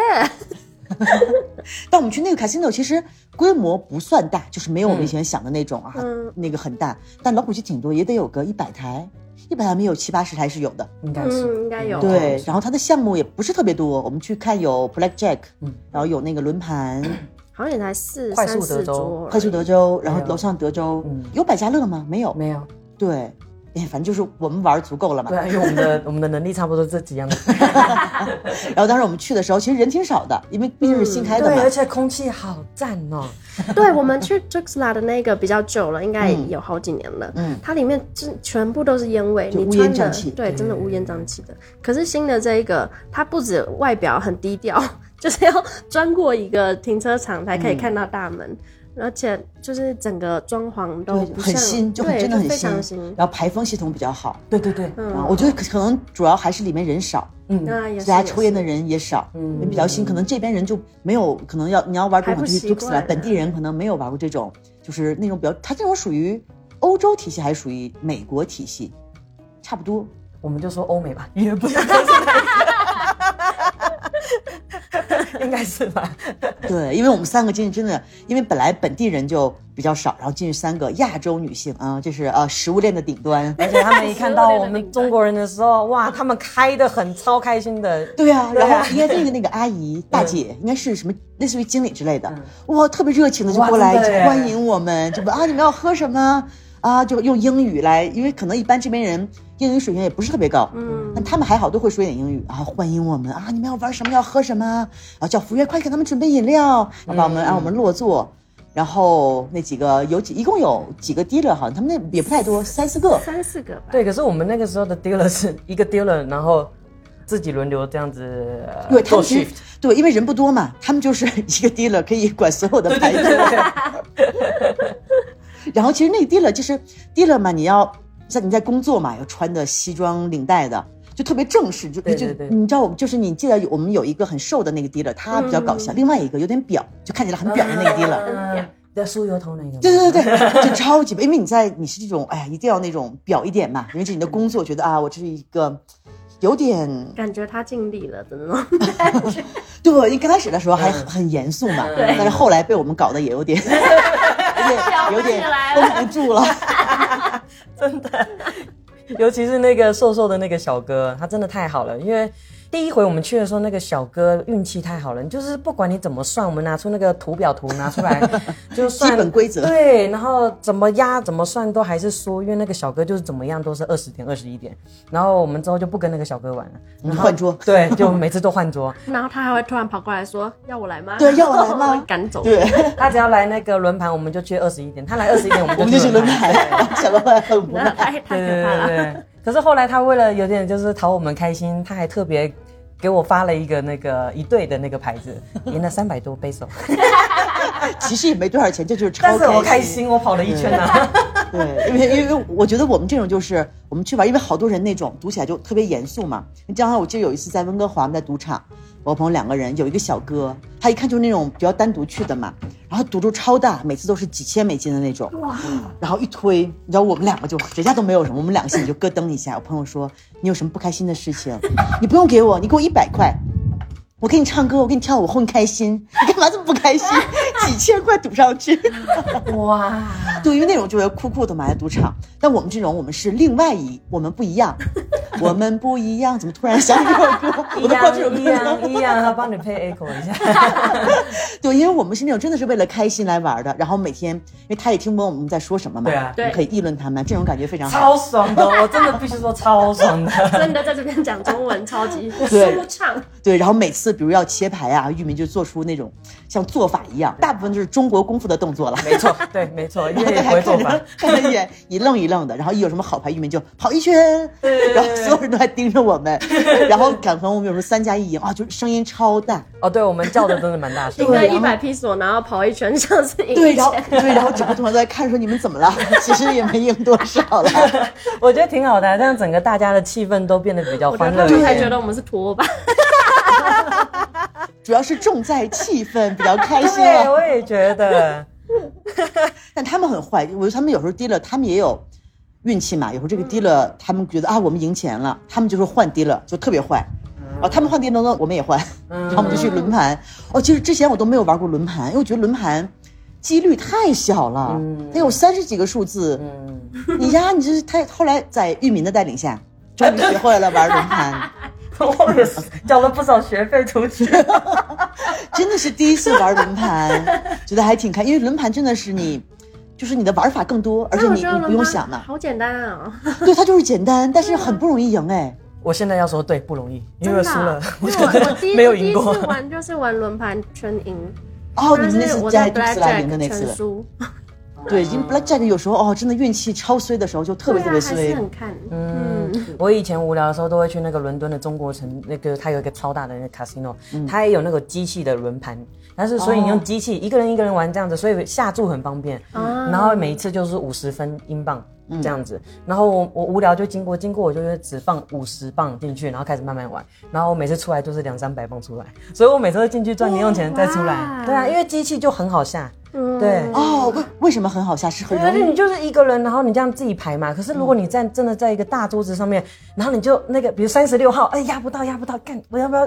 [SPEAKER 1] 但我们去那个 casino 其实规模不算大，就是没有
[SPEAKER 3] 嗯
[SPEAKER 1] 我们以前想的那种啊，
[SPEAKER 2] 嗯
[SPEAKER 1] 那个很大，但老虎机挺多，也得有个一百台。一百台没有七八十台是有的，
[SPEAKER 3] 应该是、
[SPEAKER 2] 嗯，应该有。
[SPEAKER 3] 哦
[SPEAKER 1] 对。然后它的项目也不是特别多，我们去看有 blackjack，
[SPEAKER 3] 嗯
[SPEAKER 1] 然后有那个轮盘，
[SPEAKER 2] 好像也才四
[SPEAKER 3] 快
[SPEAKER 2] 三
[SPEAKER 3] 速德
[SPEAKER 2] 四
[SPEAKER 3] 州
[SPEAKER 2] 桌而已，
[SPEAKER 1] 快速德州，然后
[SPEAKER 3] 没有
[SPEAKER 1] 楼上德州
[SPEAKER 3] 嗯
[SPEAKER 1] 有百家乐吗？没有，
[SPEAKER 3] 没有。
[SPEAKER 1] 对，哎，反正就是我们玩足够了嘛
[SPEAKER 3] 对。啊，因为我们的我们的能力差不多这几样的。
[SPEAKER 1] 然后当时我们去的时候，其实人挺少的，因为毕竟是新开的
[SPEAKER 3] 对，
[SPEAKER 1] 嘛
[SPEAKER 3] 而。且空气好赞哦。
[SPEAKER 2] 对我们去 Juxla 的那个比较久了，应该有好几年了。
[SPEAKER 1] 嗯
[SPEAKER 2] 嗯，它里面真全部都是烟味，
[SPEAKER 1] 就
[SPEAKER 2] 你
[SPEAKER 1] 乌
[SPEAKER 2] 穿
[SPEAKER 1] 烟瘴
[SPEAKER 2] 的
[SPEAKER 1] 气
[SPEAKER 2] 对，真的乌烟瘴气的。可是新的这一个，它不止外表很低调， 就是要钻过一个停车场才可以看到大门，而且就是整个装潢都
[SPEAKER 1] 对
[SPEAKER 2] 不
[SPEAKER 1] 很
[SPEAKER 2] 像
[SPEAKER 1] 新，就很
[SPEAKER 2] 对
[SPEAKER 1] 真的很
[SPEAKER 2] 非常
[SPEAKER 1] 新
[SPEAKER 2] 新。嗯
[SPEAKER 1] 然后排风系统比较好，
[SPEAKER 3] 对对对，
[SPEAKER 1] 啊，我觉得可可能主要还是里面人少，
[SPEAKER 2] 那也是
[SPEAKER 1] 大家
[SPEAKER 2] 也是
[SPEAKER 1] 抽烟的人也少，
[SPEAKER 3] 嗯
[SPEAKER 1] 也比较新。可能这边人就没有，可能要你要玩这种
[SPEAKER 2] 还不
[SPEAKER 1] 就
[SPEAKER 2] 习
[SPEAKER 1] 就起来，
[SPEAKER 2] 惯
[SPEAKER 1] 本地人可能没有玩过这种，就是那种比较，它这种属于欧洲体系还是属于美国体系，差不多。
[SPEAKER 3] 我们就说欧美吧，也不是也应该是吧？
[SPEAKER 1] 对，因为我们三个进去真的，因为本来本地人就比较少，然后进去三个亚洲女性啊、这是呃食物链的顶端。
[SPEAKER 3] 而且他们一看到我们中国人的时候， 哇，他们开的很超开心的，
[SPEAKER 1] 对呀、
[SPEAKER 3] 对啊嗯
[SPEAKER 1] 然后应该那个那个阿姨大姐应该是什么类似于经理之类的，哇，特别热情的就
[SPEAKER 3] 哇
[SPEAKER 1] 过来
[SPEAKER 3] 真的耶
[SPEAKER 1] 欢迎我们，就问啊你们要喝什么啊，就用英语来，因为可能一般这边人英语水平也不是特别高，
[SPEAKER 2] 嗯，
[SPEAKER 1] 但他们还好都会说一点英语啊，欢迎我们啊，你们要玩什么要喝什么啊，叫服务员快给他们准备饮料，然后
[SPEAKER 3] 嗯
[SPEAKER 1] 把我们让我们落座。然后那几个有几，一共有几个 dealer 好像他们那也不太多，三四个。
[SPEAKER 2] 三四个吧。
[SPEAKER 3] 对，可是我们那个时候的 dealer 是一个 dealer，然后自己轮流这样子呃
[SPEAKER 1] 对，他
[SPEAKER 3] 做
[SPEAKER 1] 们其实
[SPEAKER 3] shift。
[SPEAKER 1] 对，因为人不多嘛，他们就是 一个 dealer 可以管所有的牌子。然后其实那个 dealer 就是 dealer 嘛，你要在你在工作嘛，要穿的西装领带的，就特别正式。就
[SPEAKER 3] 对
[SPEAKER 1] 就
[SPEAKER 3] 对对
[SPEAKER 1] 你知道我们就是你记得有我们有一个很瘦的那个 dealer，他比较搞笑，另外一个有点婊，就看起来很婊的 那个 dealer。
[SPEAKER 3] 嗯，的酥油头那个吗，
[SPEAKER 1] 对对对对，就超级，因为你在你是这种，哎呀，一定要那种表一点嘛，因为这是你的工作，觉得啊，我这是一个有点
[SPEAKER 2] 感觉他尽力了的 那种感觉，
[SPEAKER 1] 对，因为刚开始的时候还
[SPEAKER 3] 嗯
[SPEAKER 1] 很很严肃嘛，但是后来被我们搞得也有点， 而且有点绷不住了。
[SPEAKER 3] 真的，尤其是那个瘦瘦的那个小哥，他真的太好了。因为第一回我们去的时候，那个小哥运气太好了，就是不管你怎么算，我们拿出那个图表图拿 出来，就算
[SPEAKER 1] 基本规则
[SPEAKER 3] 对，然后怎么压怎么算都还是输，因为那个小哥就是怎么样都是二十点二十一点。然后我们之后就不跟那个小哥玩了，然后
[SPEAKER 1] 换桌
[SPEAKER 3] 对，就每次都换桌。
[SPEAKER 2] 然后他还会突然跑过来说：“要我来吗？”
[SPEAKER 1] 对要我来吗
[SPEAKER 2] 然后 会 赶走。
[SPEAKER 1] 对，
[SPEAKER 3] 他只要来那个轮盘，我们就去二十一点；他来二十一点，我们
[SPEAKER 1] 我们
[SPEAKER 3] 就
[SPEAKER 1] 就
[SPEAKER 3] 去
[SPEAKER 1] 是轮
[SPEAKER 3] 盘。
[SPEAKER 1] 盘， 小老板很无
[SPEAKER 2] 那
[SPEAKER 1] 奈。
[SPEAKER 2] 太太
[SPEAKER 3] 对
[SPEAKER 2] 可怕
[SPEAKER 3] 对对
[SPEAKER 2] 了。
[SPEAKER 3] 对。可是后来他为了有点就是讨我们开心，他还特别给我发了一个那个一对的那个牌子，赢了三百多 peso，
[SPEAKER 1] 其实也没多少钱，这就是超
[SPEAKER 3] 但是我
[SPEAKER 1] 开
[SPEAKER 3] 开。心，我跑了一圈啊。
[SPEAKER 1] 对，因为因为我觉得我们这种就是我们去玩，因为好多人那种读起来就特别严肃嘛。你将来我记得有一次在温哥华，我们在赌场，我朋友两个人，有一个小哥，他一看就是那种比较单独去的嘛，然后赌注超大，每次都是几千美金的那种。
[SPEAKER 2] 哇，
[SPEAKER 1] 然后一推，你知道我们两个就人家都没有什么，我们两个心里就咯噔一下。我朋友说：“你有什么不开心的事情？ 你不用给我，你给我一百块，我给你唱歌，我给你跳舞，混开心。 你干嘛这么不开心？ 几千块赌上去。”
[SPEAKER 3] 哇，
[SPEAKER 1] 对，因为那种就是酷酷的嘛，在赌场。但我们这种，我们是另外一，我们不一 样，我们不一样。怎么突然想起这首歌？
[SPEAKER 3] 一
[SPEAKER 1] 我都不知道这首
[SPEAKER 3] 样
[SPEAKER 1] 歌
[SPEAKER 3] 一
[SPEAKER 1] 了。
[SPEAKER 3] 样一样，他帮你配 echo 一下。
[SPEAKER 1] 对，因为我们是那种真的是为了开心来玩的，然后每天，因为他也听不懂我们在说什么嘛，
[SPEAKER 3] 对啊
[SPEAKER 1] 我们可以议论他们，这种感觉非常好。
[SPEAKER 3] 超爽的，我真的必须说超爽的。
[SPEAKER 2] 真的在这边讲中文超级
[SPEAKER 1] 对
[SPEAKER 2] 舒畅。
[SPEAKER 1] 对，然后每次比如要切牌啊，玉民就做出那种像做法一样，大部分就是中国功夫的动作了。
[SPEAKER 3] 没错，对，没错，因
[SPEAKER 1] 然后
[SPEAKER 3] 为也
[SPEAKER 1] 大家
[SPEAKER 3] 不会做
[SPEAKER 1] 看
[SPEAKER 3] 法
[SPEAKER 1] 着。看着一眼一愣一愣的，然后一有什么好牌，玉民就跑一圈，然后所有人都在盯着我们，然后赶回我们有时候三加一赢啊，就是声音超大，
[SPEAKER 3] 哦，对，我们叫的真的蛮大声
[SPEAKER 2] 赢
[SPEAKER 3] 的。
[SPEAKER 2] 了
[SPEAKER 1] 对然后
[SPEAKER 2] 一百披索，然后跑一圈像是赢
[SPEAKER 1] 对，
[SPEAKER 2] 一
[SPEAKER 1] 然后
[SPEAKER 2] 千
[SPEAKER 1] 对，然后整个同学都在看说你们怎么了，其实也没赢多少了，
[SPEAKER 3] 我觉得挺好的啊，这样整个大家的气氛都变得比较
[SPEAKER 2] 我觉
[SPEAKER 3] 欢
[SPEAKER 2] 得
[SPEAKER 3] 乐
[SPEAKER 2] 他
[SPEAKER 3] 一
[SPEAKER 2] 们还
[SPEAKER 3] 点
[SPEAKER 2] 觉。得我们是拖把，
[SPEAKER 1] 主要是重在气氛，比较开心
[SPEAKER 3] 对，
[SPEAKER 1] 了。
[SPEAKER 3] 我也觉 得。
[SPEAKER 1] 但他们很坏，我觉得他们有时候低了，他们也有运气嘛。有时候这个低
[SPEAKER 2] 嗯
[SPEAKER 1] 了，他们觉得啊我们赢钱了，他们就说换低了，就特别坏。啊，他们换电动呢，我们也换，
[SPEAKER 2] 嗯
[SPEAKER 1] 然后我们就去轮盘。哦，其实之前我都没有玩过轮盘，因为我觉得轮盘几率太小了，
[SPEAKER 2] 嗯
[SPEAKER 1] 得有三十几个数字。
[SPEAKER 3] 嗯。
[SPEAKER 1] 你呀，你这是太后来在玉民的带领下，终于学会了玩轮盘。
[SPEAKER 3] 我也是交了不少学费出去。
[SPEAKER 1] 真的是第一次玩轮盘，觉得还挺开，因为轮盘真的是你，就是你的玩法更多，而且
[SPEAKER 2] 那我
[SPEAKER 1] 你
[SPEAKER 2] 觉得
[SPEAKER 1] 你不
[SPEAKER 2] 轮
[SPEAKER 1] 用
[SPEAKER 2] 盘
[SPEAKER 1] 想嘛，
[SPEAKER 2] 好简单啊！
[SPEAKER 1] 对，它就是简单，但是很不容易赢哎。
[SPEAKER 3] 我现在要说对不容易，因
[SPEAKER 2] 真
[SPEAKER 3] 为我
[SPEAKER 2] 的
[SPEAKER 3] 输了
[SPEAKER 2] 啊，
[SPEAKER 3] 我
[SPEAKER 2] 因
[SPEAKER 3] 觉
[SPEAKER 2] 为我我第
[SPEAKER 3] 得
[SPEAKER 2] 一
[SPEAKER 3] 没有
[SPEAKER 2] 我第
[SPEAKER 3] 赢
[SPEAKER 2] 一
[SPEAKER 3] 过
[SPEAKER 2] 次。玩就是玩轮盘全赢，
[SPEAKER 1] 哦，你
[SPEAKER 2] 但
[SPEAKER 1] 们那
[SPEAKER 2] 是
[SPEAKER 1] 次
[SPEAKER 2] 我
[SPEAKER 1] 在
[SPEAKER 2] 在
[SPEAKER 1] 杜斯拉赢的
[SPEAKER 2] blackjack
[SPEAKER 1] 那次
[SPEAKER 2] 全，输，
[SPEAKER 1] 对，因为 blackjack 有时候哦，真的运气超衰的时候就特别
[SPEAKER 2] 对
[SPEAKER 1] 特
[SPEAKER 2] 啊，还
[SPEAKER 1] 别
[SPEAKER 2] 是
[SPEAKER 1] 衰。
[SPEAKER 2] 很看，
[SPEAKER 3] 嗯
[SPEAKER 2] 嗯，，
[SPEAKER 3] 我以前无聊的时候都会去那个伦敦的中国城，那个它有一个超大的那个 casino，、它
[SPEAKER 2] 嗯
[SPEAKER 3] 也有那个机器的轮盘，但是所以你用机器、一个人一个人玩这样子，所以下注很方便。
[SPEAKER 2] 啊
[SPEAKER 3] 嗯
[SPEAKER 2] 嗯
[SPEAKER 3] 然后每一次就是五十分英镑这样子，然后我我无聊就经过经过，我就会只放五十磅进去，然后开始慢慢玩，然后我每次出来都是两三百磅出来，所以我每次都进去赚零用钱再出来
[SPEAKER 2] 哇。
[SPEAKER 3] 对啊，因为机器就很好下，
[SPEAKER 2] 嗯啊
[SPEAKER 3] 对
[SPEAKER 1] 哦，为为什么很好下？是很
[SPEAKER 3] 而且
[SPEAKER 1] 容易
[SPEAKER 3] 你就是一个人，然后你这样自己排嘛。可是如果你在真的在一个大桌子上面，然后你就那个，比如三十六号，哎，压不到，压不到，干，我要 不要？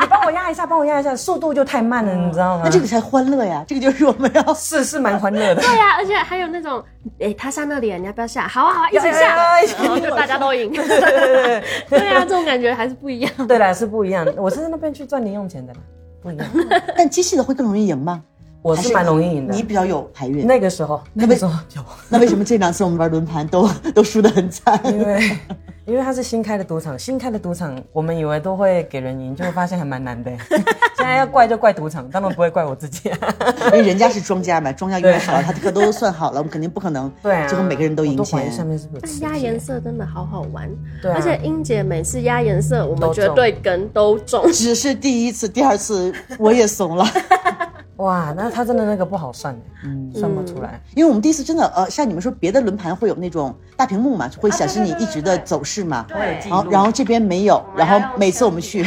[SPEAKER 3] 你帮我压一下，帮我压一下，速度就太慢了，你知道吗？
[SPEAKER 1] 那这个才欢乐呀，这个就是我们要
[SPEAKER 3] 是是蛮欢 乐的，
[SPEAKER 2] 对呀、而且还有那种，哎、他下那里了，你要不要下？好啊，好啊，一起下，
[SPEAKER 3] 哎呀
[SPEAKER 2] 然后就大家都赢。 对啊呀、这种感觉还是不一样。
[SPEAKER 3] 对啦，是不一样。我是在那边去赚零用钱的啦，不一样。
[SPEAKER 1] 但机器的会更容易赢吗？
[SPEAKER 3] 我是蛮容易赢
[SPEAKER 1] 你
[SPEAKER 3] 的。
[SPEAKER 1] 比较有牌运。
[SPEAKER 3] 那个时候，那个时候有，
[SPEAKER 1] 那为什么这两次我们玩轮盘 都都输得很惨？
[SPEAKER 3] 因为因为它是新开的赌场，新开的赌场，我们以为都会给人赢，结果发现还蛮难 的。现在要怪就怪赌场，当然不会怪我自己、啊。
[SPEAKER 1] 因为人家是庄家嘛，庄家永远好，他这个都算好了，我们肯定不可能
[SPEAKER 3] 对啊，
[SPEAKER 1] 最后每个人都赢
[SPEAKER 3] 我怀疑下
[SPEAKER 1] 钱。
[SPEAKER 3] 面是不是有啊
[SPEAKER 2] 但
[SPEAKER 3] 刺
[SPEAKER 2] 压
[SPEAKER 3] 激
[SPEAKER 2] 颜色真的好好玩，
[SPEAKER 3] 对啊
[SPEAKER 2] 而且英姐每次压颜色，我们
[SPEAKER 3] 都中
[SPEAKER 2] 绝对跟都中。
[SPEAKER 1] 只是第一次，第二次我也怂了，
[SPEAKER 3] 哇，那他真的那个不好算，嗯，算不出来。
[SPEAKER 1] 因为我们第一次真的呃，像你们说别的轮盘会有那种大屏幕嘛，
[SPEAKER 4] 啊
[SPEAKER 1] 就会显示你一直的走势嘛。
[SPEAKER 4] 对
[SPEAKER 1] 然后，然后这边没有，然后每次我们去，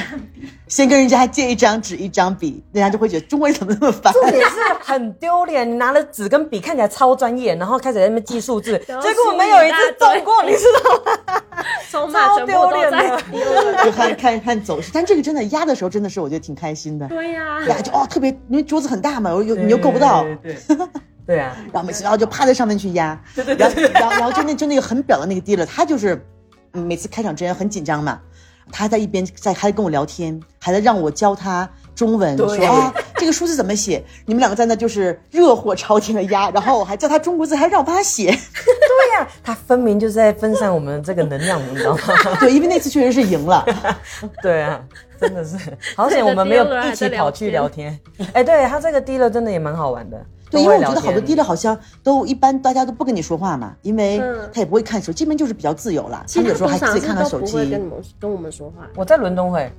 [SPEAKER 1] 先跟人家借一张纸、一张笔，人家就会觉得中国人怎么那 么烦？
[SPEAKER 3] 重点是很丢脸，你拿了纸跟笔，看起来超专业，然后开始在那边记数 字，结
[SPEAKER 2] 然后
[SPEAKER 3] 果我们有一次中过，你知道吗？
[SPEAKER 2] 筹码
[SPEAKER 3] 超
[SPEAKER 2] 全部都
[SPEAKER 3] 丢脸
[SPEAKER 2] 在
[SPEAKER 3] 的。。
[SPEAKER 1] 就看看看走势。但这个真的压的时候，真的是我觉得挺开心的，
[SPEAKER 2] 对呀、
[SPEAKER 1] 压就哦特别，因为桌子很大嘛，又又你又够不到，
[SPEAKER 3] 对对对对啊，
[SPEAKER 1] 然后每次然后就趴在上面去压，对对对，然后然后然后就那就那个很表的那个 dealer，他就是嗯每次开场之前很紧张嘛，他还在一边在还在跟我聊天，还在让我教他中文，
[SPEAKER 3] 对
[SPEAKER 1] 说啊这个数字怎么写， 你们两个在那就是热火朝天的压，然后我还叫他中国字，还让我帮他写，
[SPEAKER 3] 对呀、他分明就是在分散我们这个能量，你知道吗？
[SPEAKER 1] 对，因为那次确实是赢了，
[SPEAKER 3] 对啊，真的是，好险我们没有一起跑去聊天。哎，对他这个低了真的也蛮好玩的，
[SPEAKER 1] 对，
[SPEAKER 3] 都
[SPEAKER 1] 因
[SPEAKER 3] 会
[SPEAKER 1] 为我觉
[SPEAKER 3] 聊
[SPEAKER 1] 得好多
[SPEAKER 3] 天
[SPEAKER 1] dealer 好像都一般大家都不跟你说话嘛，因为
[SPEAKER 2] 嗯
[SPEAKER 1] 他也不会看手机，基本就是比较自由啦，
[SPEAKER 2] 其
[SPEAKER 1] 他
[SPEAKER 2] 他
[SPEAKER 1] 有时候还
[SPEAKER 2] 赌场
[SPEAKER 1] 自
[SPEAKER 2] 是
[SPEAKER 1] 己看看
[SPEAKER 2] 都
[SPEAKER 1] 手
[SPEAKER 2] 不会跟
[SPEAKER 1] 机
[SPEAKER 2] 你，们跟我们说话，
[SPEAKER 3] 我在伦敦会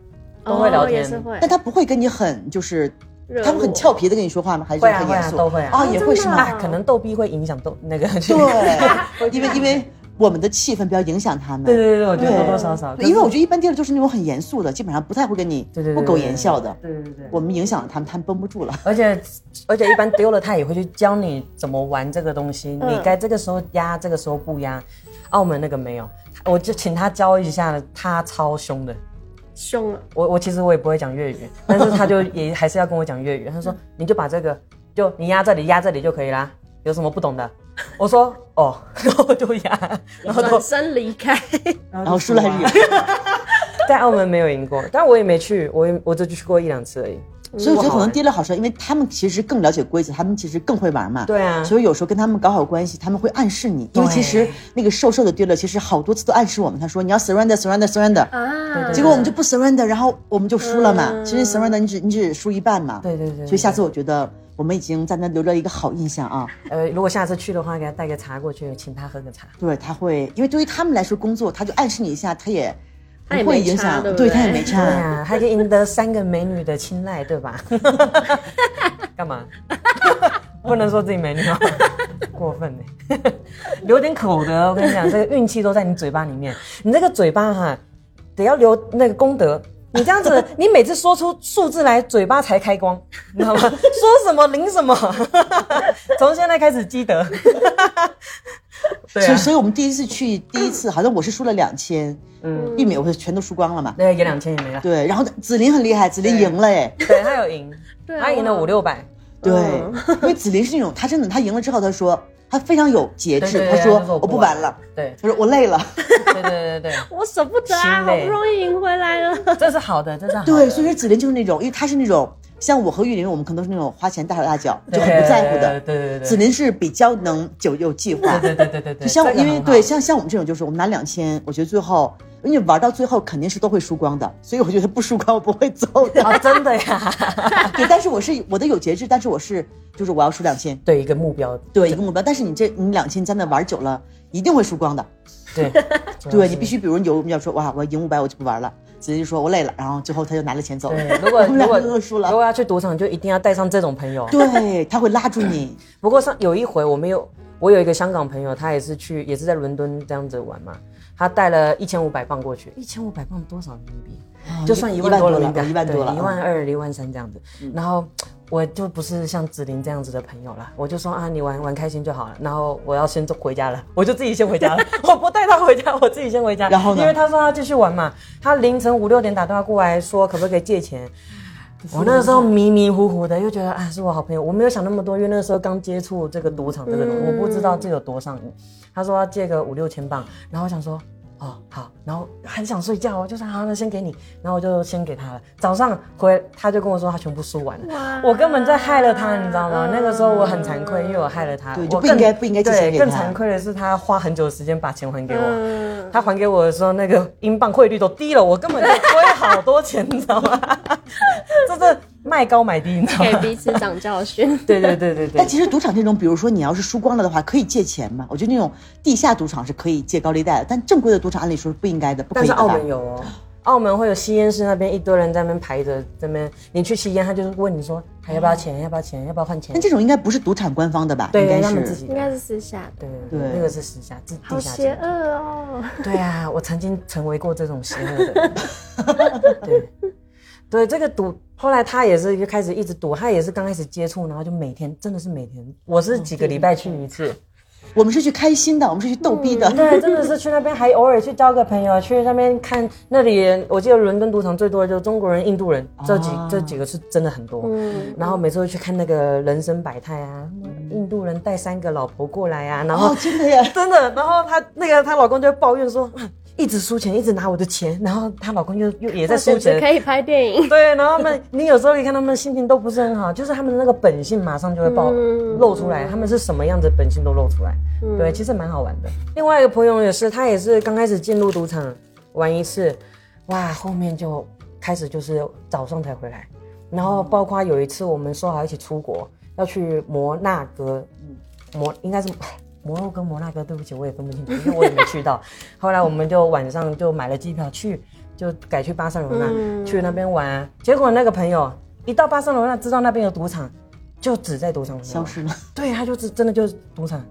[SPEAKER 3] 都会聊
[SPEAKER 2] 哦、也
[SPEAKER 3] 天，
[SPEAKER 2] 是会
[SPEAKER 1] 但，他不会跟你很就是。
[SPEAKER 2] 热
[SPEAKER 1] 他们很
[SPEAKER 2] 络
[SPEAKER 1] 俏皮的跟你说话吗？还是
[SPEAKER 3] 会啊
[SPEAKER 1] 很
[SPEAKER 3] 会
[SPEAKER 1] 严
[SPEAKER 3] 啊
[SPEAKER 1] 肃？
[SPEAKER 3] 都会啊。
[SPEAKER 1] 啊，也会是
[SPEAKER 2] 真的
[SPEAKER 1] 吗？
[SPEAKER 2] 啊
[SPEAKER 3] 啊，可能逗逼会影响逗那个
[SPEAKER 1] 对，因为因为我们的气氛不要影响他们。
[SPEAKER 3] 对对对对，我觉得
[SPEAKER 1] 对
[SPEAKER 3] 多多少少，
[SPEAKER 1] 对因为我觉得一般店就是那种很严肃的，基本上不太会跟你
[SPEAKER 3] 对对对
[SPEAKER 1] 不苟言笑的。
[SPEAKER 3] 对对对。
[SPEAKER 1] 我们影响了他们，他们绷不住了。
[SPEAKER 3] 而且而且一般丢了，他也会去教你怎么玩这个东西，
[SPEAKER 2] 嗯
[SPEAKER 3] 你该这个时候压，这个时候不压。澳门那个没有，我就请他教一下，他超凶的。
[SPEAKER 2] 凶了，
[SPEAKER 3] 我我其实我也不会讲粤 语，但是他就也还是要跟我讲粤语。他说
[SPEAKER 1] 嗯
[SPEAKER 3] 你就把这个就你压这里压这里就可以啦，有什么不懂的？我说哦， 然后就压，然后
[SPEAKER 2] 转
[SPEAKER 3] 都
[SPEAKER 2] 身离开。
[SPEAKER 3] 然
[SPEAKER 1] 然后输了还是赢，
[SPEAKER 3] 在澳门没有赢过，但我也没去，我也我就去过一两次而已。
[SPEAKER 1] 所以我觉得
[SPEAKER 3] 不好
[SPEAKER 1] 可能
[SPEAKER 3] 玩
[SPEAKER 1] 跌了好深，因为他们其实更了解规则，他们其实更会玩嘛。
[SPEAKER 3] 对啊
[SPEAKER 1] 所以有时候跟他们搞好关系，他们会暗示你，因为
[SPEAKER 3] 对
[SPEAKER 1] 其实那个瘦瘦的跌了，其实好多次都暗示我们，他说你要 surrender surrender surrender，
[SPEAKER 3] 嗯
[SPEAKER 2] 啊，
[SPEAKER 1] 结果我们就不 surrender，然后我们就输了嘛。
[SPEAKER 2] 嗯
[SPEAKER 1] 其实 surrender 你只你只输一半嘛。
[SPEAKER 3] 对对对对
[SPEAKER 1] 所以下次我觉得我们已经在那留了一个好印象啊。
[SPEAKER 3] 呃，如果下次去的话，给他带个茶过去，请他喝个茶。
[SPEAKER 1] 对，他会，因为对于他们来说工作，他就暗示你一下，他也
[SPEAKER 2] 他也
[SPEAKER 1] 不会
[SPEAKER 2] 没
[SPEAKER 1] 影
[SPEAKER 2] 差
[SPEAKER 1] 响，
[SPEAKER 2] 对不对
[SPEAKER 1] 他也没
[SPEAKER 3] 对
[SPEAKER 1] 差。
[SPEAKER 3] 啊，还可以赢得三个美女的青睐，对吧？ 干嘛？不能说自己美女吗？ 过分呢、留点口德。我跟你讲，这个运气都在你嘴巴里面，你这个嘴巴哈、得要留那个功德。你这样子，你每次说出数字来，嘴巴才开光，你知道吗？说什么灵什么， 从现在开始积德。
[SPEAKER 1] 所
[SPEAKER 3] 对
[SPEAKER 1] 以，
[SPEAKER 3] 啊，
[SPEAKER 1] 所以我们第一次去，第一次好像我是输了两千，嗯，玉米我是全都输光了嘛。
[SPEAKER 3] 那也两千也没了。
[SPEAKER 1] 对，然后紫琳很厉害，紫琳赢了哎，
[SPEAKER 3] 对他有赢，
[SPEAKER 2] 对啊
[SPEAKER 3] 他赢了
[SPEAKER 2] 哇
[SPEAKER 3] 五六百。
[SPEAKER 1] 对，因为紫琳是那种，她真的，她赢了之后，她说她非常有节
[SPEAKER 3] 对
[SPEAKER 1] 制，
[SPEAKER 3] 对
[SPEAKER 1] 她
[SPEAKER 3] 对
[SPEAKER 1] 说
[SPEAKER 3] 她说我
[SPEAKER 1] 我
[SPEAKER 3] 不
[SPEAKER 1] 不
[SPEAKER 3] 玩
[SPEAKER 1] 玩了，
[SPEAKER 3] 对
[SPEAKER 1] 她说我累了，
[SPEAKER 3] 对对对对
[SPEAKER 2] 我舍不得啊，
[SPEAKER 3] 心
[SPEAKER 2] 好
[SPEAKER 3] 累
[SPEAKER 2] 不容易赢回来了。
[SPEAKER 3] 对，这是好的，这是好的。
[SPEAKER 1] 对，所以说紫琳就是那种，因为她是那种像我和玉林，我们可能都是那种花钱大手大脚，就
[SPEAKER 3] 对
[SPEAKER 1] 很不在乎的。
[SPEAKER 3] 对对对对
[SPEAKER 1] 紫琳是比较能久有计划，
[SPEAKER 3] 对对对对
[SPEAKER 1] 就
[SPEAKER 3] 对，
[SPEAKER 1] 像我，
[SPEAKER 3] 这个
[SPEAKER 1] 因
[SPEAKER 3] 很
[SPEAKER 1] 为
[SPEAKER 3] 好
[SPEAKER 1] 对像像我们这种，就是我们拿两千，我觉得最后，因为玩到最后肯定是都会输光的，所以我觉得不输光我不会走 的。
[SPEAKER 3] 啊，真的呀，
[SPEAKER 1] 对，但是我是我的有节制，但是我是就是我要输两千，
[SPEAKER 3] 对一个目标，
[SPEAKER 1] 对一个目标。但是你这你两千在那玩久了，一定会输光的。
[SPEAKER 3] 对
[SPEAKER 1] 对你必。须，比如你有目标说哇，我赢五百我就不玩了，子怡就说我累了，然后最后他就拿了钱走。
[SPEAKER 3] 对，如果
[SPEAKER 1] 我们俩
[SPEAKER 3] 如果
[SPEAKER 1] 都输了
[SPEAKER 3] 如果要去赌场，就一定要带上这种朋 友。
[SPEAKER 1] 对，他会拉住你。
[SPEAKER 3] 不过上有一回，我们有我有一个香港朋友，他也是去，也是在伦敦这样子玩嘛，他带了一千五百磅过去，一千五百磅多少人民币？就算哦一
[SPEAKER 1] 一
[SPEAKER 3] 万多了哦嗯
[SPEAKER 1] 了
[SPEAKER 3] 应该，
[SPEAKER 1] 一万多了
[SPEAKER 3] 一
[SPEAKER 1] 啊
[SPEAKER 3] 万二、一万三这样子。然后我就不是像子琳这样子的朋友了，我就说啊，你玩玩开心就好了。然后我要先走回家了， 我就自己先回家了，我不带他回家，我自己先回家。
[SPEAKER 1] 然后呢
[SPEAKER 3] 因为他说他继续玩嘛，他凌晨五六点打电话过来说可不可以借钱。我那时候迷迷糊糊的，又觉得啊是我好朋友，我没有想那么多，因为那时候刚接触这个赌场这个东西，我不知道这有多上瘾。他说要借个五六千镑，然后我想说，哦好，然后很想睡觉哦，我就说好，那先给你，然后我就先给他了。早上回他就跟我说他全部输完了， 我根本在害了他，你知道吗？那个时候我很惭愧，因为我害了他，
[SPEAKER 1] 对就
[SPEAKER 3] 我
[SPEAKER 1] 不
[SPEAKER 3] 更
[SPEAKER 1] 应该不应该借钱
[SPEAKER 3] 对，
[SPEAKER 1] 给
[SPEAKER 3] 更
[SPEAKER 1] 他
[SPEAKER 3] 惭愧的是他花很久的时间把钱还给我。
[SPEAKER 2] 嗯，
[SPEAKER 3] 他还给我的时候，那个英镑汇率都低了，我根本就亏好多钱，你知道吗？ 这是卖高买低，你知道
[SPEAKER 2] 给
[SPEAKER 3] 吗？。
[SPEAKER 2] 彼此长教训
[SPEAKER 3] 对对对对对
[SPEAKER 1] 但。其实赌场这种，比如说你要是输光了的话，可以借钱嘛？我觉得那种地下赌场是可以借高利贷的，但正规的赌场按理说是不应该的，不可
[SPEAKER 3] 但
[SPEAKER 1] 以
[SPEAKER 3] 是
[SPEAKER 1] 的
[SPEAKER 3] 澳
[SPEAKER 1] 吧
[SPEAKER 3] 门有哦，澳门会有吸烟室那边一堆人在那边排着，这边你去吸烟，他就是问你说还要不要钱，要不要钱，要不要换钱
[SPEAKER 1] 但？这种应该不是赌场官方的吧？应
[SPEAKER 3] 对，
[SPEAKER 1] 该
[SPEAKER 3] 他们
[SPEAKER 1] 是
[SPEAKER 3] 自己的
[SPEAKER 2] 应。该是私下的，
[SPEAKER 3] 对对
[SPEAKER 1] 对
[SPEAKER 3] 对，那个是私下，自
[SPEAKER 2] 好
[SPEAKER 3] 地下
[SPEAKER 2] 邪
[SPEAKER 3] 钱。
[SPEAKER 2] 恶哦！
[SPEAKER 3] 对啊，我曾经成为过这种邪恶的人。 对对，这个赌，后来他也是一开始一直赌，他也是刚开始接触，然后就每天真的是每天，我是几个礼拜去一次。
[SPEAKER 1] 我们是去开心的，我们是去逗逼 的。
[SPEAKER 3] 嗯对，真的是去那边还偶尔去交个朋友，去那边看那里。我记得伦敦赌场最多的就是中国人、印度人这几、
[SPEAKER 1] 啊
[SPEAKER 3] 这几个是真的很多。
[SPEAKER 2] 嗯，
[SPEAKER 3] 然后每次会去看那个人生百态啊，印度人带三个老婆过来啊，然后
[SPEAKER 1] 哦，真的耶！
[SPEAKER 3] 真的，然后她那个她老公就会抱怨说， 啊一直输钱，一直拿我的钱，然后她老公又 又也在输
[SPEAKER 2] 简直
[SPEAKER 3] 钱，
[SPEAKER 2] 可以拍电影。
[SPEAKER 3] 对，然后他们， 你有时候可以看他们心情都不是很好，就是他们的那个本性马上就会暴
[SPEAKER 2] 嗯
[SPEAKER 3] 露出来，他们是什么样子的本性都露出来。对，其实蛮好玩的。另外一个朋友也是，他也是刚开始进入赌场玩一次，哇，后面就开始就是早上才回来，然后包括有一次我们说好一起出国要去摩纳哥，
[SPEAKER 2] 嗯
[SPEAKER 3] 摩应该是。摩洛哥、摩纳哥，对不起，我也分不清楚，因为我也没去 到。后来我们就晚上就买了机票去，就改去巴塞罗那、
[SPEAKER 2] 嗯
[SPEAKER 3] 去那边玩、结果那个朋友一到巴塞罗那，知道那边有赌场，就只在赌场玩
[SPEAKER 1] 消 失了，
[SPEAKER 3] 对，他就是真的就是赌场。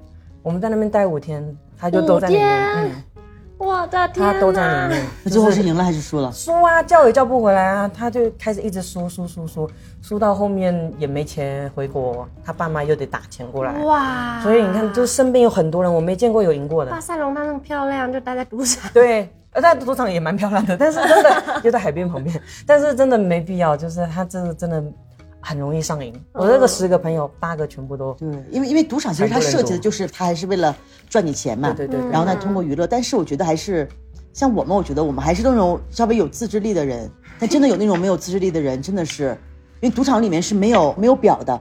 [SPEAKER 3] 我们在那边待五天，他就都在里面，
[SPEAKER 2] 五天
[SPEAKER 3] 嗯，
[SPEAKER 2] 我的天
[SPEAKER 3] 他都在
[SPEAKER 2] 哪
[SPEAKER 3] 里面。
[SPEAKER 1] 那最后是赢了还是输了？
[SPEAKER 3] 输啊，叫也叫不回来啊，他就开始一直输输输输，输到后面也没钱回国，他爸妈又得打钱过来。
[SPEAKER 2] 哇！
[SPEAKER 3] 所以你看，就身边有很多人，我没见过有赢过的
[SPEAKER 2] 巴。塞隆那么漂亮，就待在赌场。
[SPEAKER 3] 对，呃，但赌场也蛮漂亮的，但是真的就在海边旁边，但是真的没必要，就是他真的真的很容易上
[SPEAKER 1] 嗯
[SPEAKER 3] 瘾。我那个十个朋友，八个全部都，
[SPEAKER 1] 对，因为因为赌场其实它设计的就是它还是为了赚你钱嘛，
[SPEAKER 3] 对对对对
[SPEAKER 1] 然后呢，通过娱乐，但是我觉得还是像我们，我觉得我们还是那种稍微有自制力的人，但真的有那种没有自制力的人，真的是，因为赌场里面是没有没有表的。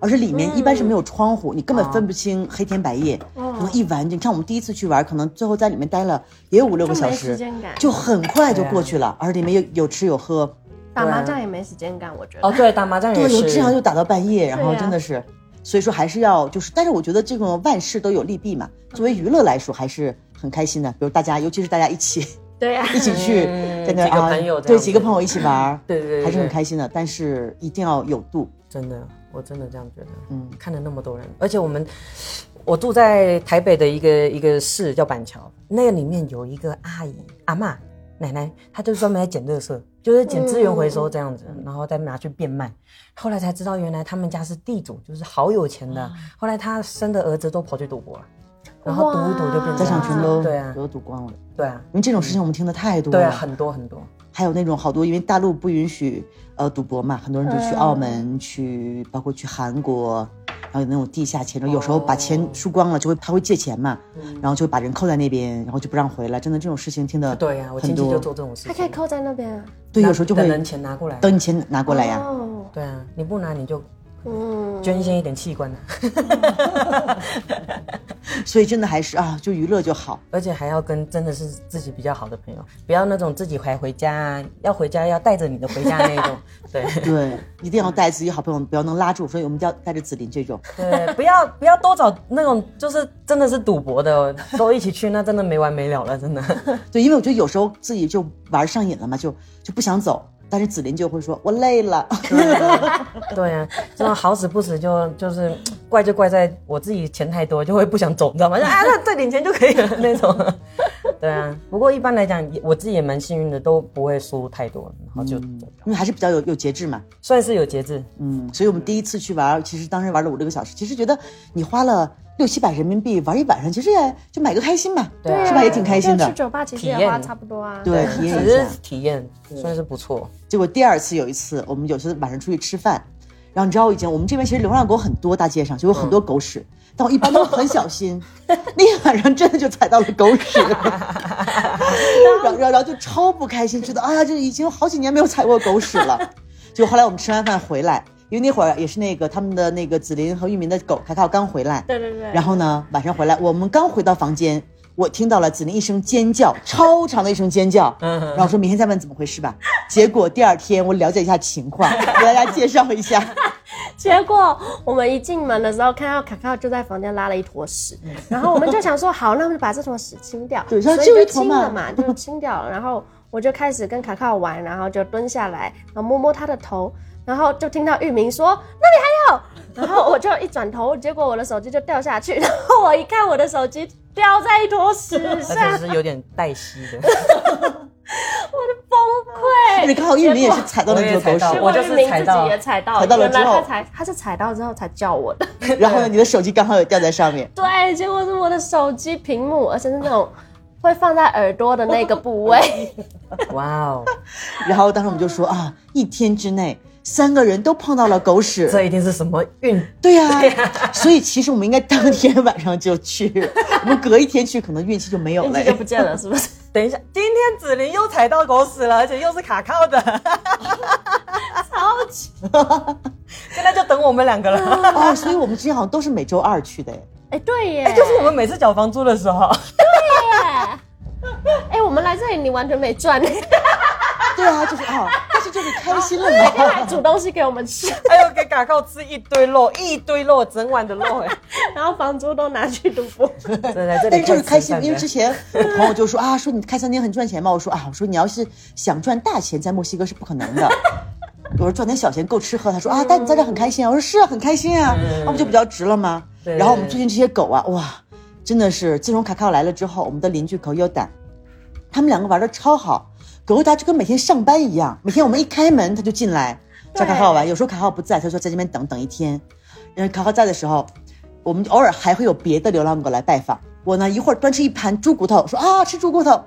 [SPEAKER 1] 而是里面一般是没有窗户，你根本分不清黑天白夜。
[SPEAKER 2] 嗯
[SPEAKER 1] 可能一玩，你看我们第一次去玩，可能最后在里面待了也有五六个
[SPEAKER 2] 就
[SPEAKER 1] 小
[SPEAKER 2] 没
[SPEAKER 1] 时
[SPEAKER 2] 时间啊感，
[SPEAKER 1] 就很快就过去了。而里面有有吃有喝，
[SPEAKER 2] 打麻将也没时间干，我觉得。
[SPEAKER 3] 哦，对，打麻将也
[SPEAKER 1] 对，
[SPEAKER 3] 是，
[SPEAKER 1] 有经常就打到半夜，然后
[SPEAKER 2] 对啊呀
[SPEAKER 1] 真的是，所以说还是要就是，但是我觉得这种万事都有利弊嘛。作为娱乐来说，还是很开心的。比如大家，尤其是大家一起
[SPEAKER 2] 对呀，
[SPEAKER 1] 一起去，
[SPEAKER 3] 嗯
[SPEAKER 1] 在那
[SPEAKER 3] 几个
[SPEAKER 1] 啊
[SPEAKER 3] 朋友这样子，
[SPEAKER 1] 对几个朋友一起玩儿
[SPEAKER 3] 对对对对
[SPEAKER 1] 还是很开心的。但是一定要有度，
[SPEAKER 3] 真的，我真的这样觉得。
[SPEAKER 1] 嗯
[SPEAKER 3] 嗯，看了那么多人，而且我们，我住在台北的一个一个市叫板桥，那个里面有一个阿姨阿嬷奶奶，她就专门在捡垃圾，就是捡资源
[SPEAKER 1] 嗯
[SPEAKER 3] 回收这样子，然后再拿去变卖。后来才知道，原来他们家是地主，就是好有钱
[SPEAKER 1] 啊
[SPEAKER 3] 的。后来她生的儿子都跑去赌博了，然后赌一赌就变
[SPEAKER 1] 在
[SPEAKER 3] 成
[SPEAKER 1] 场
[SPEAKER 3] 这
[SPEAKER 1] 群
[SPEAKER 3] 样子
[SPEAKER 1] 都
[SPEAKER 3] 对啊，
[SPEAKER 1] 都赌光了。
[SPEAKER 3] 对啊，
[SPEAKER 1] 因为这种事情我们听的太多
[SPEAKER 3] 对啊，
[SPEAKER 1] 了，
[SPEAKER 3] 很多很多。
[SPEAKER 1] 还有那种好多，因为大陆不允许呃赌博嘛，很多人就去澳门、去，呃包括去韩国，然后有那种地下
[SPEAKER 3] 哦
[SPEAKER 1] 钱庄，有时候把钱输光了，就会他会借钱嘛，
[SPEAKER 3] 嗯
[SPEAKER 1] 然后就会把人扣在那边，然后就不让回来。真的这种事情听的
[SPEAKER 3] 对啊，我
[SPEAKER 1] 很
[SPEAKER 3] 亲戚就
[SPEAKER 1] 多，
[SPEAKER 3] 做这种事
[SPEAKER 2] 还可以
[SPEAKER 3] 情，
[SPEAKER 2] 扣在那边啊。
[SPEAKER 1] 对，有时候就
[SPEAKER 3] 等
[SPEAKER 1] 会
[SPEAKER 3] 人钱拿过来。
[SPEAKER 1] 等你钱拿过来呀、
[SPEAKER 2] 哦，
[SPEAKER 3] 对啊，你不拿你就
[SPEAKER 2] 嗯，
[SPEAKER 3] 捐献一点器官啊。
[SPEAKER 1] 所以真的还是啊，就娱乐就好。
[SPEAKER 3] 而且还要跟真的是自己比较好的朋友，不要那种自己还回家啊，要回家要带着你的回家那种， 对
[SPEAKER 1] 对，一定要带自己好朋友，不要能拉住。所以我们一定要带着子琳这种，
[SPEAKER 3] 对，不要不要多找那种就是真的是赌博的，都一起去那真的没完没了了，真 的。
[SPEAKER 1] 对，因为我觉得有时候自己就玩上瘾了嘛，就就不想走，但是子琳就会说：“我累了。
[SPEAKER 3] 对啊，这种好死不死就就是 怪就怪在我自己钱太多，就会不想走，你知道吗？就啊，那再领钱就可以了那种。对啊，不过一般来讲，也我自己也蛮幸运的，都不会输太多，然后就、
[SPEAKER 1] 因为还是比较有有节制嘛。
[SPEAKER 3] 算是有节制。
[SPEAKER 1] 嗯，所以我们第一次去玩儿，其实当时玩了五六个小时，其实觉得你花了六七百人民币玩一晚上，其实也就买个开心嘛，
[SPEAKER 3] 对啊
[SPEAKER 1] 是吧？也挺开心
[SPEAKER 2] 就去
[SPEAKER 1] 的。
[SPEAKER 2] 酒吧其实
[SPEAKER 3] 体
[SPEAKER 2] 也
[SPEAKER 3] 验
[SPEAKER 2] 花差不多啊。
[SPEAKER 1] 对，体验
[SPEAKER 3] 只
[SPEAKER 1] 一下
[SPEAKER 3] 是。体验算是不错。
[SPEAKER 1] 结果第二次有一次，我们有次晚上出去吃饭，然后你知道我已经，我们这边其实流浪狗很多，大街上就有很多狗屎，但我一般都很小心，那一晚上真的就踩到了狗屎，然后然后然后就超不开心，觉得哎呀，这已经好几年没有踩过狗屎了。就后来我们吃完饭回来，因为那会儿也是那个他们的那个紫林和玉民的狗凯凯刚回来，
[SPEAKER 2] 对对对。
[SPEAKER 1] 然后呢，晚上回来，我们刚回到房间，我听到了子林一声尖叫，超长的一声尖叫。
[SPEAKER 3] 嗯
[SPEAKER 1] 然后我说明天再问怎么回事吧。结果第二天我了解一下情况，给大家介绍一下。
[SPEAKER 2] 结果我们一进门的时候，看到卡卡就在房间拉了一坨屎，然后我们就想说，好，那我们就把这坨屎清掉，
[SPEAKER 1] 嗯对
[SPEAKER 2] 所
[SPEAKER 1] 说
[SPEAKER 2] 以
[SPEAKER 1] 就
[SPEAKER 2] 就
[SPEAKER 1] 一坨
[SPEAKER 2] 清
[SPEAKER 1] 嘛
[SPEAKER 2] 了嘛，就清 掉了。然后我就开始跟卡卡玩，然后就蹲下来，然后摸摸他的头，然后就听到玉明说那里还有，然后我就一转头，结果我的手机就掉下去，然后我一看我的手机掉在一坨屎 上，
[SPEAKER 3] 那
[SPEAKER 1] 啊
[SPEAKER 3] 只是有点带吸的，
[SPEAKER 2] 崩
[SPEAKER 1] 哎你
[SPEAKER 2] 溃。
[SPEAKER 1] 看好玉林也是踩到了那
[SPEAKER 3] 我也
[SPEAKER 1] 坨狗
[SPEAKER 3] 踩到
[SPEAKER 1] 屎，
[SPEAKER 3] 我就是
[SPEAKER 2] 结果玉明
[SPEAKER 3] 踩
[SPEAKER 2] 自
[SPEAKER 3] 到
[SPEAKER 2] 己也踩到，
[SPEAKER 1] 踩到了
[SPEAKER 2] 原来
[SPEAKER 1] 之后
[SPEAKER 2] 他才他是踩到之后才叫我的。
[SPEAKER 1] 然后呢，你的手机刚好也掉在上面。
[SPEAKER 2] 对，结果是我的手机屏幕，而且是那种会放在耳朵的那个部位。
[SPEAKER 3] 哇哦，
[SPEAKER 1] 然后当时我们就说啊，一天之内三个人都碰到了狗屎。
[SPEAKER 3] 这一定是什么运？
[SPEAKER 1] 对呀、所以其实我们应该当天晚上就去，我们隔一天去可能运气就没有
[SPEAKER 2] 运
[SPEAKER 1] 了
[SPEAKER 2] 气。就不见了，是不是？
[SPEAKER 3] 等一下，今天子琳又踩到狗屎了，而且又是卡靠 的，
[SPEAKER 2] 超级
[SPEAKER 3] 现在就等我们两个了。
[SPEAKER 1] 哦，所以我们之前好像都是每周二去的哎。
[SPEAKER 2] 哎，对耶，
[SPEAKER 3] 哎，就是我们每次缴房租的 时候，
[SPEAKER 2] 哎，我们来这里你完全没赚，哎你
[SPEAKER 1] 对啊，就是啊、但是就是开心了 嘛。
[SPEAKER 2] 还煮东西给我们吃，
[SPEAKER 3] 还哎有给卡靠吃一堆肉，一堆肉，整碗的肉， 哎，
[SPEAKER 2] 然后房租都拿去赌博。
[SPEAKER 3] 真的在这
[SPEAKER 1] 但
[SPEAKER 3] 里
[SPEAKER 1] 是就是开心，
[SPEAKER 3] 快吃饭的
[SPEAKER 1] 因为之前我朋友就说 啊，说你开餐厅很赚钱嘛，我说啊，我说你要是想赚大钱，在墨西哥是不可能的。 我说赚点小钱够吃喝，他说啊，但你在这很开心啊，我说是啊，很开心啊，那、不就比较值了吗？
[SPEAKER 3] 对
[SPEAKER 1] 然后我们最近这些狗啊，哇，真的是自从卡卡来了之后，我们的邻居狗友胆，他们两个玩的超好，狗友达就跟每天上班一样，每天我们一开门他就进来找卡浩玩，有时候卡浩不在，他说在这边等等一天，然后卡浩在的时候，我们偶尔还会有别的流浪狗来拜访，我呢一会儿端吃一盘猪骨头，说啊吃猪骨头，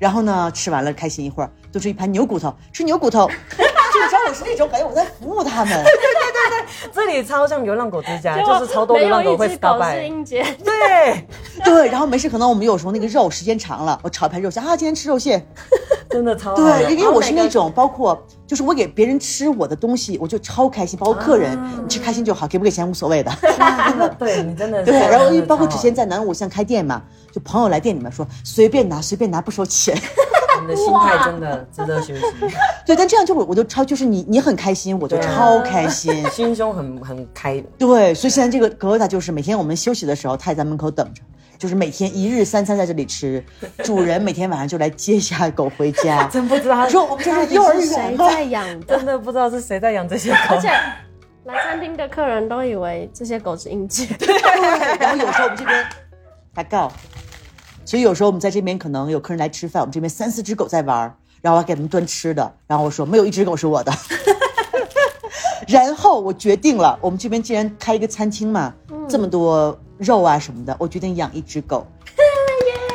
[SPEAKER 1] 然后呢吃完了开心一会儿，端吃一盘牛骨头，吃牛骨头， 就是让我是那种感觉我在服务他们，
[SPEAKER 3] 这里超像流浪狗之家，啊
[SPEAKER 1] 啊
[SPEAKER 3] 就是超多流浪狗会
[SPEAKER 2] 没有一只
[SPEAKER 3] stop
[SPEAKER 2] 狗是
[SPEAKER 3] by。
[SPEAKER 2] 英杰，
[SPEAKER 3] 对，
[SPEAKER 1] 对，然后没事可能我们有时候那个肉时间长了，我炒一盘肉馅啊今天吃肉馅，
[SPEAKER 3] 真的超好的。
[SPEAKER 1] 对，因为我是那种包括就是我给别人吃我的东西，我就超开心，包括客人，你吃开心就好，给不给钱无所谓的。
[SPEAKER 3] 真哦的对你真的是
[SPEAKER 1] 对，然后因为包括之
[SPEAKER 3] 超好
[SPEAKER 1] 前在南五巷开店嘛，就朋友来店里面说随便拿随便拿不收钱，
[SPEAKER 3] 你的心态真的值得学习，
[SPEAKER 1] 对，但这样就我我就超就是你你很开心，我就
[SPEAKER 3] 对啊，
[SPEAKER 1] 超开心
[SPEAKER 3] 心胸很 很开。。
[SPEAKER 1] 对，所以现在这个格达就是每天我们休息的时候，他也在门口等着。就是每天一日三餐在这里吃，主人每天晚上就来接下狗回家
[SPEAKER 3] 真不知道
[SPEAKER 1] 我说我们这是幼儿
[SPEAKER 2] 是
[SPEAKER 1] 园啊
[SPEAKER 2] 谁
[SPEAKER 1] 吗？
[SPEAKER 2] 在养的？
[SPEAKER 3] 真的不知道是谁在养这些狗
[SPEAKER 2] 而，且来餐厅的客人都以为这些狗是英杰，
[SPEAKER 1] 然后有时候我们这边打告，所以有时候我们在这边可能有客人来吃饭，我们这边三四只狗在玩儿，然后我还给他们端吃的，然后我说没有一只狗是我的。 然后我决定了，我们这边既然开一个餐厅嘛，这么多肉啊什么的，我决定养一只狗。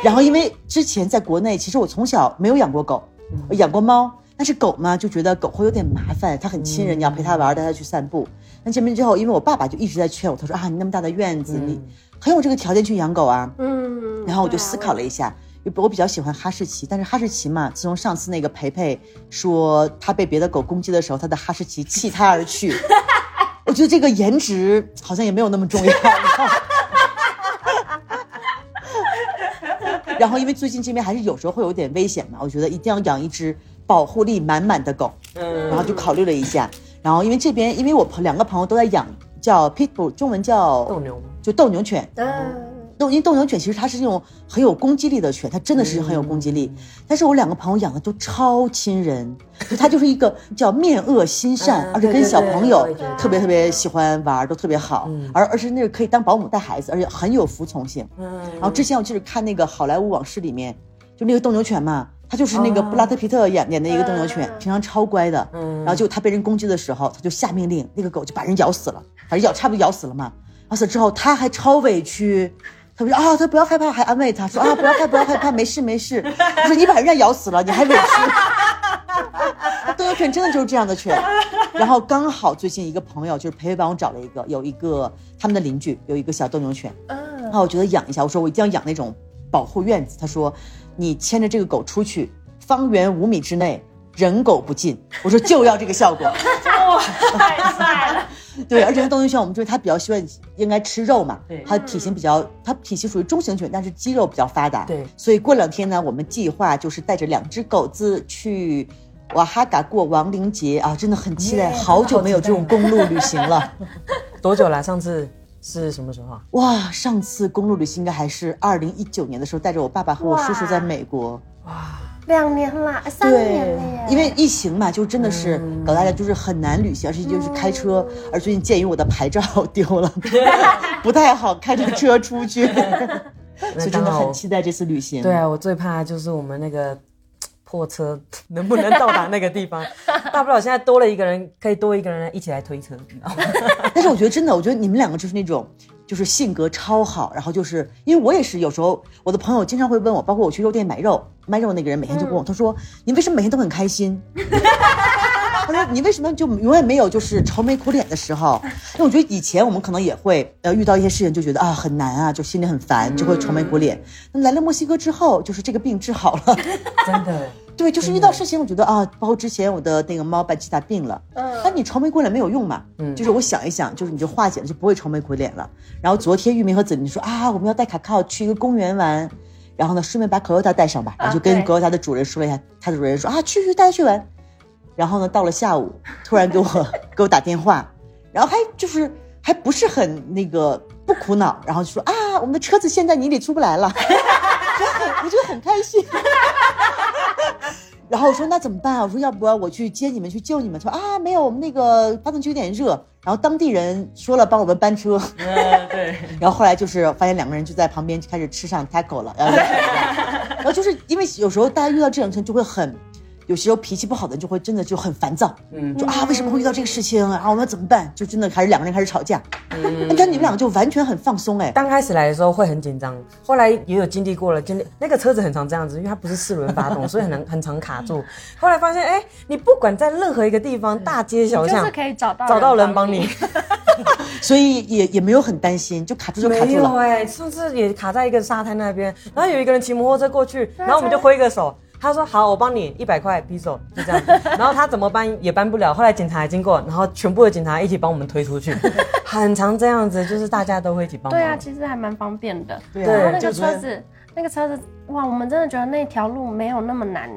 [SPEAKER 1] 然后因为之前在国内，其实我从小没有养过狗，我养过猫，但是狗嘛就觉得狗会有点麻烦，它很亲人，你要陪它玩儿，带它去散步。那见面之后，因为我爸爸就一直在劝我，他说啊，你那么大的院子，你很有这个条件去养狗啊。
[SPEAKER 2] 嗯，
[SPEAKER 1] 然后我就
[SPEAKER 2] 对啊
[SPEAKER 1] 思考了一下，因为我比较喜欢哈士奇，但是哈士奇嘛，自从上次那个培培说他被别的狗攻击的时候，他的哈士奇弃他而去， 我觉得这个颜值好像也没有那么重要。 然后，因为最近这边还是有时候会有点危险嘛，我觉得一定要养一只保护力满满的狗。
[SPEAKER 3] 嗯，
[SPEAKER 1] 然后就考虑了一下，然后因为这边因为我朋两个朋友都在养叫 pitbull，中文
[SPEAKER 3] 斗
[SPEAKER 1] 叫
[SPEAKER 3] 牛
[SPEAKER 1] 就斗牛犬。
[SPEAKER 2] 嗯，
[SPEAKER 1] 斗因为斗牛犬其实它是那种很有攻击力的犬，它真的是很有攻击
[SPEAKER 3] 嗯
[SPEAKER 1] 力。但是我两个朋友养的都超亲人，就它就是一个叫面恶心善，
[SPEAKER 3] 嗯
[SPEAKER 1] 而且跟小朋友
[SPEAKER 3] 对对对嗯对对
[SPEAKER 1] 特别特别喜欢玩，都特别好，而而且那个可以当保姆带孩子，而且很有服从性。
[SPEAKER 3] 嗯，
[SPEAKER 1] 然后之前我就是看那个《好莱坞往事》里面，就那个斗牛犬嘛，他就是那个布拉德皮特演演的一个斗牛犬，
[SPEAKER 2] 嗯
[SPEAKER 1] 平常超乖的，
[SPEAKER 3] 哦嗯
[SPEAKER 1] 然后就他被人攻击的时候，他就下命令，那个狗就把人咬死了，反正咬差不多咬死了嘛，咬死之后他还超委屈。他说啊，他不要害怕，还安慰他说啊，不要害怕，不要害怕，没事没事。我说你把人家咬死了，你还委屈？ 斗牛犬真的就是这样的犬。然后刚好最近一个朋友就是陪陪帮我找了一个，有一个他们的邻居有一个小斗牛犬，
[SPEAKER 2] 嗯，
[SPEAKER 1] 啊，我觉得养一下，我说我一定要养那种保护院子。他说，你牵着这个狗出去，方圆五米之内人狗不进。我说就要这个效果。
[SPEAKER 4] 哇，太帅了！
[SPEAKER 1] 对，而且它斗牛犬，我们注意它比较喜欢应该吃肉嘛
[SPEAKER 3] 对，
[SPEAKER 1] 它体型比较，它体型属于中型犬，但是肌肉比较发达。
[SPEAKER 3] 对
[SPEAKER 1] 所以过两天呢，我们计划就是带着两只狗子去。瓦哈嘎过亡灵节啊，真的很期待，
[SPEAKER 3] 耶
[SPEAKER 1] 好久没有这种
[SPEAKER 3] 好期待
[SPEAKER 1] 公路旅行了。
[SPEAKER 3] 多久了？上次是什么时候啊？
[SPEAKER 1] 哇，上次公路旅行应该还是二零一九年的时候，带着我爸爸和我叔叔在
[SPEAKER 2] 哇
[SPEAKER 1] 美国。
[SPEAKER 3] 哇，
[SPEAKER 2] 两年啦，哎三年了耶，
[SPEAKER 1] 因为疫情嘛，就真的是
[SPEAKER 3] 嗯
[SPEAKER 1] 搞大家就是很难旅行，而且就是开车。
[SPEAKER 2] 嗯
[SPEAKER 1] 而最近鉴于我的牌照丢 了，不太好开着车出 去，所以真的很期待这次旅行。
[SPEAKER 3] 对，啊，我最怕就是我们那个破车能不能到达那个地方， 大不了现在多了一个人，可以多一个人一起来推车，你知道吗？
[SPEAKER 1] 但是我觉得真的，我觉得你们两个就是那种。就是性格超好，然后就是因为我也是有时候我的朋友经常会问我，包括我去肉店买肉，卖肉那个人每天就问我，他说你为什么每天都很开心？ 后来你为什么就永远没有就是愁眉苦脸的时候？因为我觉得以前我们可能也会呃遇到一些事情就觉得啊很难啊，就心里很烦，就会愁眉苦脸。那来了墨西哥之后，就是这个病治好了，
[SPEAKER 3] 真的，
[SPEAKER 1] 对，就是遇到事情我觉得啊，包括之前我的那个猫白吉达病了，
[SPEAKER 2] 嗯
[SPEAKER 1] 但你愁眉苦脸没有用嘛，
[SPEAKER 3] 嗯
[SPEAKER 1] 就是我想一想，就是你就化解了，就不会愁眉苦脸了。然后昨天玉明和子琳说啊，我们要带卡卡去一个公园玩，然后呢，顺便把可优达带上吧。然后就跟
[SPEAKER 2] 啊对
[SPEAKER 1] 可优达的主人说了一下，他的主人说啊，去去带他去玩。然后呢，到了下午，突然 给我给我打电话，然后还就是还不是很那个不苦恼，然后就说啊，我们的车子现在泥里出不来了， 我觉得很我觉得很开心。然后我说那怎么办啊？我说要不我去接你们去救你们？他说啊没有，我们那个发动机有点热。然后当地人说了帮我们搬车，
[SPEAKER 3] 嗯，对，
[SPEAKER 1] 然后后来就是发现两个人就在旁边就开始吃上 taco 了， 然后就然后就是因为有时候大家遇到这种事情就会很，有时候脾气不好的人就会真的就很烦躁，
[SPEAKER 3] 嗯
[SPEAKER 1] 就啊为什么会遇到这个事情啊？我们怎么办？就真的开始两个人开始吵架。
[SPEAKER 3] 嗯
[SPEAKER 1] 你看你们两个就完全很放松哎，
[SPEAKER 3] 刚开始来的时候会很紧张，后来也有经历过了，经历那个车子很常这样子，因为它不是四轮发动，所以很难很常卡住。后来发现，哎，你不管在任何一个地方，大街小
[SPEAKER 2] 就
[SPEAKER 3] 巷
[SPEAKER 2] 是可以找到
[SPEAKER 3] 找到人帮你。。
[SPEAKER 1] 所以也也没有很担心，就卡住就卡
[SPEAKER 3] 没
[SPEAKER 1] 住
[SPEAKER 3] 有
[SPEAKER 1] 了。
[SPEAKER 3] 哎、上次也卡在一个沙滩那边，然后有一个人骑摩托车过去，然后我们就挥个手，他说好，我帮你一百块，匕首 就这样。然后他怎么搬也搬不了，后来警察也经过，然后全部的警察一起帮我们推 出去，很常这样子，就是大家都会一起帮忙。
[SPEAKER 2] 对啊，其实还蛮方便的。
[SPEAKER 1] 对
[SPEAKER 3] 对
[SPEAKER 2] 然后那个
[SPEAKER 3] 就
[SPEAKER 2] 车
[SPEAKER 3] 是
[SPEAKER 2] 子，那个车子，哇，我们真的觉得那条路没有那么难，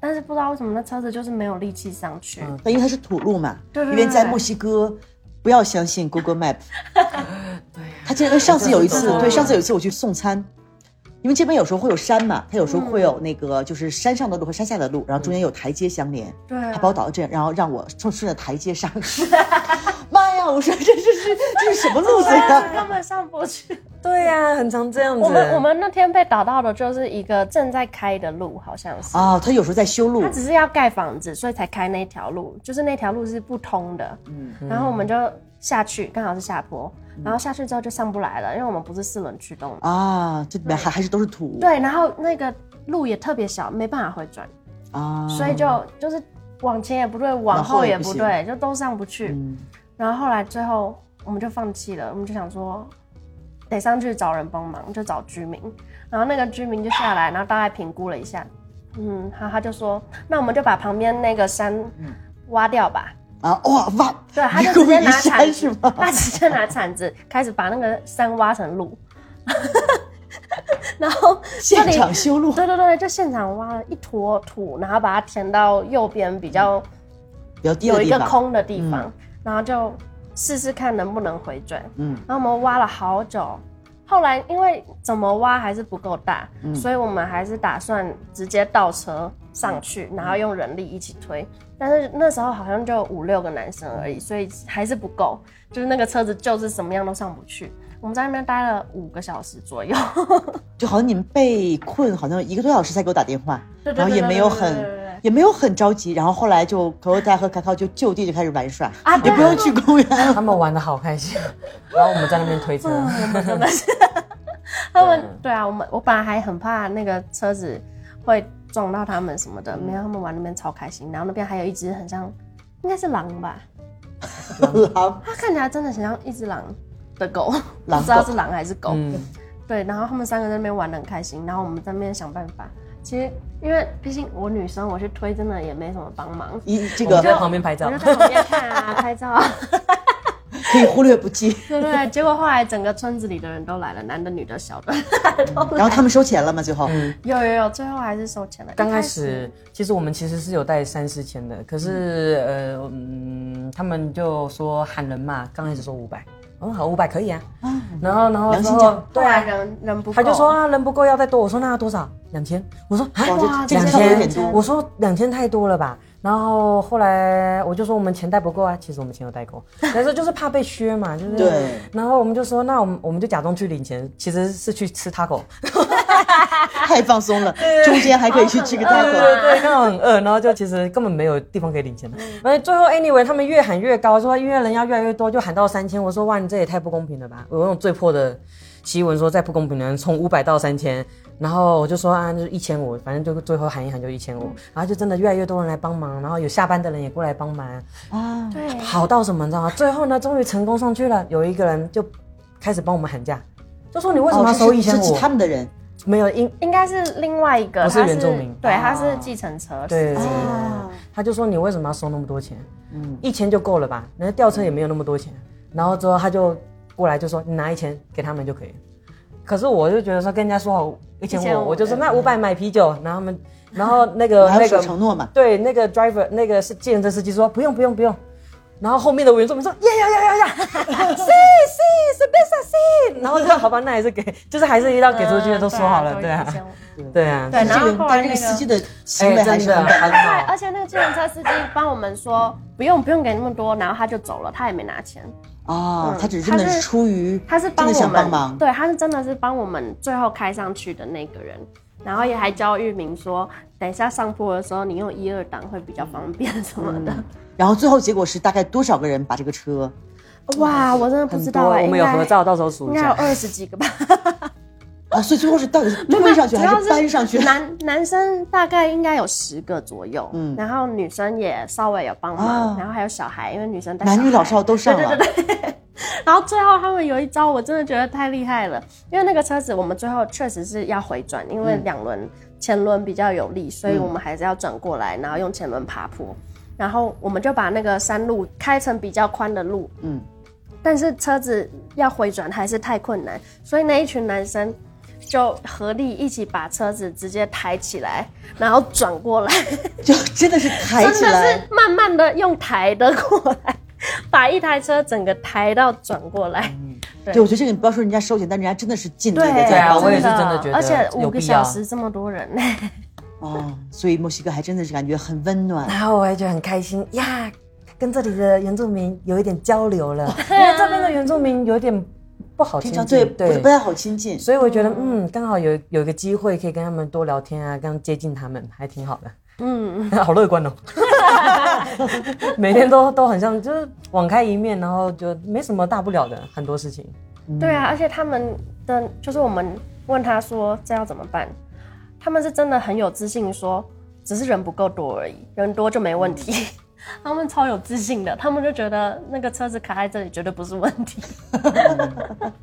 [SPEAKER 2] 但是不知道为什么那车子就是没有力气上去。
[SPEAKER 3] 嗯
[SPEAKER 1] 但因为它是土路嘛，
[SPEAKER 2] 对对
[SPEAKER 1] 因为在
[SPEAKER 2] 对
[SPEAKER 1] 墨西哥，不要相信 Google Map。对，他竟然呃上次有一次，对，上次有一次我去送餐，因为这边有时候会有山嘛，它有
[SPEAKER 2] 嗯
[SPEAKER 1] 时候会有那个就是山上的路和山下的路，然后中间有台阶相连，
[SPEAKER 2] 对啊
[SPEAKER 1] 他把我导到这，然后让我顺顺着台阶上去。 妈呀！我说这这是这是什么路子
[SPEAKER 2] 但是
[SPEAKER 1] 呀？
[SPEAKER 2] 啊根本上不去。
[SPEAKER 3] 对
[SPEAKER 2] 啊
[SPEAKER 3] 啊呀、很常这样子。
[SPEAKER 2] 我们我们那天被打到的就是一个正在开的路，好像是。
[SPEAKER 1] 啊，他有时候在修路
[SPEAKER 2] 他，只是要盖房子，所以才开那条路，就是那条路是不通的。
[SPEAKER 1] 嗯
[SPEAKER 2] 然后我们就下去，刚好是下坡，然后下去之后就上不来了，因为我们不是四轮驱动的。
[SPEAKER 1] 啊，这里面还还是都是土，
[SPEAKER 2] 对，然后那个路也特别小，没办法回转，
[SPEAKER 1] 啊，
[SPEAKER 2] 所以就就是往前也不对，往
[SPEAKER 1] 往后
[SPEAKER 2] 后
[SPEAKER 1] 也
[SPEAKER 2] 也
[SPEAKER 1] 不
[SPEAKER 2] 不
[SPEAKER 1] 行
[SPEAKER 2] 对，就都上不去。
[SPEAKER 1] 嗯
[SPEAKER 2] 然后后来最后我们就放弃了，我们就想说得上去找人帮忙，就找居民。然后那个居民就下来，然后大概评估了一下，嗯，然后他就说，那我们就把旁边那个山
[SPEAKER 1] 嗯
[SPEAKER 2] 挖掉吧。
[SPEAKER 1] 啊哇哇，
[SPEAKER 2] 对， 他就
[SPEAKER 1] 你故
[SPEAKER 2] 直接
[SPEAKER 1] 意
[SPEAKER 2] 拿
[SPEAKER 1] 删
[SPEAKER 2] 铲
[SPEAKER 1] 是
[SPEAKER 2] 子
[SPEAKER 1] 吗，？
[SPEAKER 2] 他直接拿铲子开始把那个山挖成路， 然后这
[SPEAKER 1] 现
[SPEAKER 2] 里
[SPEAKER 1] 场修路，
[SPEAKER 2] 对对对，就现场挖了一坨土，然后把它填到右边比较
[SPEAKER 1] 比较低
[SPEAKER 2] 有
[SPEAKER 1] 的
[SPEAKER 2] 一
[SPEAKER 1] 地
[SPEAKER 2] 个
[SPEAKER 1] 方，
[SPEAKER 2] 空的地方，然后就试试看能不能回转。
[SPEAKER 1] 嗯
[SPEAKER 2] 然后我们挖了好久，后来因为怎么挖还是不够大，所以我们还是打算直接倒车上去，然后用人力一起推。但是那时候好像就五六个男生而已，所以还是不够，就是那个车子就是怎么样都上不去。我们在那边待了五个小时左右，
[SPEAKER 1] 就好像你们被困，好像一个多小时才给我打电话，
[SPEAKER 2] 对对对
[SPEAKER 1] 然后也没有
[SPEAKER 2] 对对对对
[SPEAKER 1] 很
[SPEAKER 2] 对
[SPEAKER 1] 也没有很着急，然后后来就可口带和卡卡就就地就开始玩 耍
[SPEAKER 2] 啊
[SPEAKER 1] 也
[SPEAKER 2] 对
[SPEAKER 1] 不用去公园。
[SPEAKER 3] 他们玩的好开心，然后我们在那边 推车，
[SPEAKER 2] 嗯真的是。他们对啊，我们我本来还很怕那个车子会撞到他们什么的，
[SPEAKER 3] 嗯
[SPEAKER 2] 没有，他们玩那边超开心。然后那边还有一只很像，应该是狼吧，
[SPEAKER 1] 狼
[SPEAKER 2] 它看起来真的很像一只狼 的狗，不
[SPEAKER 1] 狼
[SPEAKER 2] 知道
[SPEAKER 1] 狗
[SPEAKER 2] 是狼还是狗。
[SPEAKER 3] 嗯，
[SPEAKER 2] 对，然后他们三个在那边玩的很开心，然后我们在那边想办法。其实因为毕竟我女生，我去推真的也没什么帮忙，
[SPEAKER 1] 一这
[SPEAKER 3] 我们在
[SPEAKER 1] 个
[SPEAKER 3] 旁边拍照
[SPEAKER 2] 我就，在旁边看啊拍照 啊，
[SPEAKER 1] 可以忽略不 计，
[SPEAKER 2] 对对对。结果后来整个村子里的人都来了，男的女的小
[SPEAKER 3] 嗯
[SPEAKER 2] 的，
[SPEAKER 1] 然后他们收钱了吗？最后，
[SPEAKER 2] 有有有，最后还是收钱了。
[SPEAKER 3] 刚
[SPEAKER 2] 一
[SPEAKER 3] 开始，其实我们其实是有带三四千的，可是、呃，嗯，他们就说喊人嘛，刚开始说五百，嗯，好，五百可以啊。然后，然后
[SPEAKER 1] 哦良
[SPEAKER 3] 之
[SPEAKER 1] 心
[SPEAKER 3] 后
[SPEAKER 1] 讲，
[SPEAKER 2] 对
[SPEAKER 3] 对
[SPEAKER 2] 啊，
[SPEAKER 3] 啊，
[SPEAKER 2] 人人不够，
[SPEAKER 3] 他就说啊，人不够要再多。我说那多少？两千。我说啊，
[SPEAKER 1] 哇，这这
[SPEAKER 3] 两
[SPEAKER 1] 个有点
[SPEAKER 3] 千。
[SPEAKER 1] 多。
[SPEAKER 3] 我说两千太多了吧。然后后来我就说我们钱带不够啊，其实我们钱有带够， 但是就是怕被削嘛，就是。
[SPEAKER 1] 对。
[SPEAKER 3] 然后我们就说，那我们我们就假装去领钱，其实是去吃 taco。
[SPEAKER 1] 太放松了，中间还可以去吃个
[SPEAKER 2] 好
[SPEAKER 1] 大
[SPEAKER 2] 很
[SPEAKER 1] 狗
[SPEAKER 2] 饿。
[SPEAKER 3] 对对，刚好很饿，然后就其实根本没有地方可以领钱的。而最后 anyway 他们越喊越高，说因为人要越来越多，就喊到三千。我说哇，你这也太不公平了吧！我用最破的奇文说再不公平的人从五百到三千，然后我就说啊，就是一千五，反正就最后喊一喊就一千五，然后就真的越来越多人来帮忙，然后有下班的人也过来帮忙，
[SPEAKER 1] 啊，
[SPEAKER 2] 对，
[SPEAKER 3] 好到什么你知道吗？最后呢，终于成功上去了，有一个人就开始帮我们喊价，就说你为什么要
[SPEAKER 1] 哦，
[SPEAKER 3] 收
[SPEAKER 1] 是
[SPEAKER 3] 一
[SPEAKER 1] 是
[SPEAKER 3] 千
[SPEAKER 1] 是
[SPEAKER 3] 五？
[SPEAKER 1] 他们的人，
[SPEAKER 3] 没有因
[SPEAKER 2] 应该是另外一个，
[SPEAKER 3] 不是
[SPEAKER 2] 他
[SPEAKER 3] 原住民
[SPEAKER 2] 对，他是计程车
[SPEAKER 3] 对对
[SPEAKER 2] 司机。
[SPEAKER 1] 啊
[SPEAKER 3] 他就说你为什么要收那么多钱？嗯，一千就够了吧？那吊车也没有那么多钱。然后之后他就过来就说你拿一千给他们就可以了。可是我就觉得说跟人家说好一千
[SPEAKER 2] 1500
[SPEAKER 3] 五，我就说那五百买啤酒，然后他们，然后那个
[SPEAKER 1] 还要
[SPEAKER 3] 那
[SPEAKER 1] 守
[SPEAKER 3] 个
[SPEAKER 1] 承诺嘛。
[SPEAKER 3] 对那个 driver 那个是计程车司机说不用不用不用，然后后面的原住民说呀呀呀呀呀， 是是是贝萨是，然后就好吧，那还是给，就是还是要给出去的都说好
[SPEAKER 2] 呃
[SPEAKER 3] 了，对啊，对啊，
[SPEAKER 2] 对，
[SPEAKER 1] 这
[SPEAKER 2] 然后
[SPEAKER 1] 个
[SPEAKER 2] 后
[SPEAKER 1] 但是这个
[SPEAKER 2] 来那个
[SPEAKER 1] 司机的行为还是很
[SPEAKER 3] 哎真的
[SPEAKER 1] 感
[SPEAKER 2] 对，而且那个计程车司机帮我们说不用不用给那么多，然后他就走了，他也没拿钱，
[SPEAKER 1] 啊，
[SPEAKER 2] 嗯
[SPEAKER 1] 他只是真的
[SPEAKER 2] 他
[SPEAKER 1] 是
[SPEAKER 2] 是
[SPEAKER 1] 出于
[SPEAKER 2] 他是
[SPEAKER 1] 真
[SPEAKER 2] 帮
[SPEAKER 1] 的
[SPEAKER 2] 我
[SPEAKER 1] 想帮
[SPEAKER 2] 们，
[SPEAKER 1] 忙，
[SPEAKER 2] 对，他是真的是帮我们最后开上去的那个人，然后也还教玉明说，等一下上坡的时候你用一二档会比较方便什么的。
[SPEAKER 1] 然后最后结果是大概多少个人把这个车？
[SPEAKER 2] 哇，我真的不知
[SPEAKER 3] 嗯很
[SPEAKER 2] 道
[SPEAKER 3] 多
[SPEAKER 2] 哎，
[SPEAKER 3] 我们有
[SPEAKER 2] 应该
[SPEAKER 3] 合，照，到时候数
[SPEAKER 2] 应
[SPEAKER 3] 一
[SPEAKER 2] 该有
[SPEAKER 3] 下。
[SPEAKER 2] 二十几个吧。
[SPEAKER 1] 啊，所以最后是到底是推上去还是搬上去？
[SPEAKER 2] 男男生大概应该有十个左右，
[SPEAKER 1] 嗯
[SPEAKER 2] 然后女生也稍微有帮忙，
[SPEAKER 1] 啊
[SPEAKER 2] 然后还有小孩，因为女生 带
[SPEAKER 1] 男女
[SPEAKER 2] 小孩
[SPEAKER 1] 老少都上了
[SPEAKER 2] 对对对对。 然后最后他们有一招，我真的觉得太厉害了，因为那个车子我们最后确实是要回转，因
[SPEAKER 1] 嗯
[SPEAKER 2] 为两轮前轮比较有力，所以我们还是要转过来，然后用前轮爬坡。然后我们就把那个山路开成比较宽的路，
[SPEAKER 1] 嗯，
[SPEAKER 2] 但是车子要回转还是太困难，所以那一群男生就合力一起把车子直接抬起来，然后转过来，
[SPEAKER 1] 就真的是抬
[SPEAKER 2] 真
[SPEAKER 1] 哎起
[SPEAKER 2] 的
[SPEAKER 1] 来
[SPEAKER 2] 是慢慢的用抬的过来， 把一台车整个抬到转过来。对
[SPEAKER 1] 对，我觉得这个你不要说人家收钱，但人家真的是尽力的
[SPEAKER 3] 对
[SPEAKER 1] 在
[SPEAKER 3] 啊
[SPEAKER 1] 帮
[SPEAKER 3] 我也
[SPEAKER 1] 你
[SPEAKER 3] 是真的觉得
[SPEAKER 2] 而且
[SPEAKER 3] 有
[SPEAKER 2] 五个
[SPEAKER 3] 必要
[SPEAKER 2] 小时这么多人，
[SPEAKER 1] 哦，所以墨西哥还真的是感觉很温暖。
[SPEAKER 3] 然后我也觉得很开心呀，跟这里的原住民有一点交 流了，因为这边的原住民有点不好亲
[SPEAKER 1] 平
[SPEAKER 3] 近，
[SPEAKER 1] 常对不不太好亲近，
[SPEAKER 3] 所以我觉得嗯，刚好有有一个机会可以跟他们多聊天啊，刚接近他们，还挺好的，
[SPEAKER 2] 嗯，
[SPEAKER 3] 好乐观哦，每天都都很像，就是网开一面，然后就没什么大不了的，很多事情，
[SPEAKER 1] 嗯
[SPEAKER 2] 对啊，而且他们的就是我们问他说这要怎么办，他们是真的很有自信说，只是人不够多而已，人多就没问题。
[SPEAKER 1] 嗯
[SPEAKER 2] 他们超有自信的，他们就觉得那个车子卡在这里绝对不是问题。
[SPEAKER 1] 嗯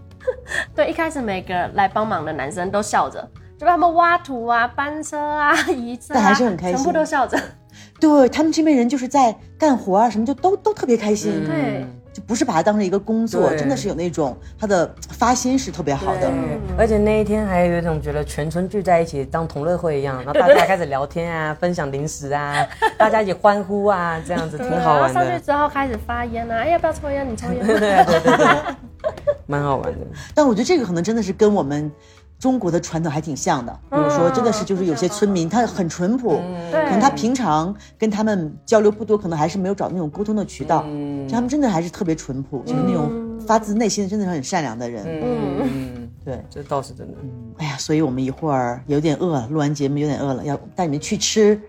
[SPEAKER 2] 对，一开始每个来帮忙的男生都笑着，就帮他们挖土啊、搬车啊、移车、啊，
[SPEAKER 1] 但还是很开心
[SPEAKER 2] 全部都笑着。
[SPEAKER 1] 对他们这边人就是在干活啊，什么就都都特别开心，
[SPEAKER 2] 对，
[SPEAKER 1] 就不是把它当成一个工作，
[SPEAKER 3] 对
[SPEAKER 1] 真的是有那种他的发心是特别好的。
[SPEAKER 3] 对，而且那一天还有一种觉得全村聚在一起当同乐会一样，然后大家开始聊天啊，分享零食啊，大家一起欢呼啊，这样子挺好
[SPEAKER 2] 然后
[SPEAKER 1] 啊
[SPEAKER 3] 玩
[SPEAKER 2] 上去
[SPEAKER 3] 的。
[SPEAKER 2] 之后开始发烟啊，哎要不要抽烟？你抽烟吗？
[SPEAKER 3] 对对对对，蛮好玩的。
[SPEAKER 1] 但我觉得这个可能真的是跟我们中国的传统还挺像的，比如说真的是嗯就是嗯有些村民他很淳朴，可能他平常跟他们交流不多，可能还是没有找那种沟通的渠道，就他们真的还是特别淳朴，就是那种发自内心的真的是很善良的人。
[SPEAKER 3] 嗯，
[SPEAKER 1] 对，
[SPEAKER 3] 这倒是真的。
[SPEAKER 1] 哎呀，所以我们一会儿有点饿了，录完节目有点饿了，要带你们去吃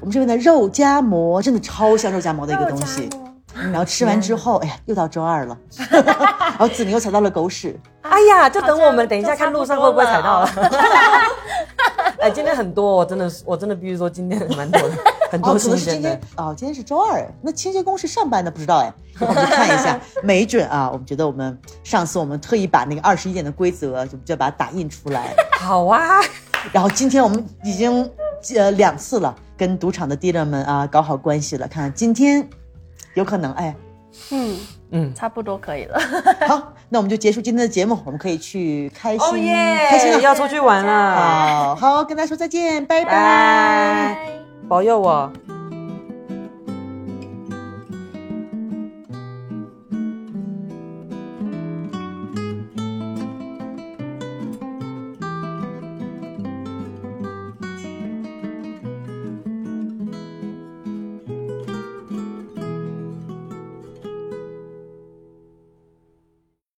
[SPEAKER 1] 我们这边的肉夹馍，真的超嗯像肉夹馍的一个东西。然后吃完之后，哎呀，又到周二 了，然后子宁又踩到了狗屎。
[SPEAKER 3] 哎呀，就等我们等一下
[SPEAKER 4] 就差
[SPEAKER 3] 看
[SPEAKER 4] 不多
[SPEAKER 3] 路上会不会踩到了。啊 哎，今天很多，我真的是，我真的必须说，今天蛮多 的，很
[SPEAKER 1] 哦，
[SPEAKER 3] 多
[SPEAKER 1] 可
[SPEAKER 3] 新
[SPEAKER 1] 能是
[SPEAKER 3] 鲜
[SPEAKER 1] 今
[SPEAKER 3] 的。
[SPEAKER 1] 天哦，今天是周二哎，那清洁工是上班的，不知道哎，我们去看一 下，没准啊，我们觉得我们上次我们特意把那个二十一点的规则就就把它打印出来，
[SPEAKER 3] 好啊，
[SPEAKER 1] 然后今天我们已经呃两次了，跟赌场的 dealer 们啊搞好关系了，看看今天有可能哎，
[SPEAKER 2] 嗯
[SPEAKER 3] 嗯
[SPEAKER 2] 嗯，差不多可以了。
[SPEAKER 1] 好，那我们就结束今天的节目，我们可以去开心、
[SPEAKER 3] 哦耶
[SPEAKER 1] 开心啊的、，
[SPEAKER 3] 要出去玩了，
[SPEAKER 1] 好好跟大家说再见，拜拜
[SPEAKER 3] 拜，保佑我。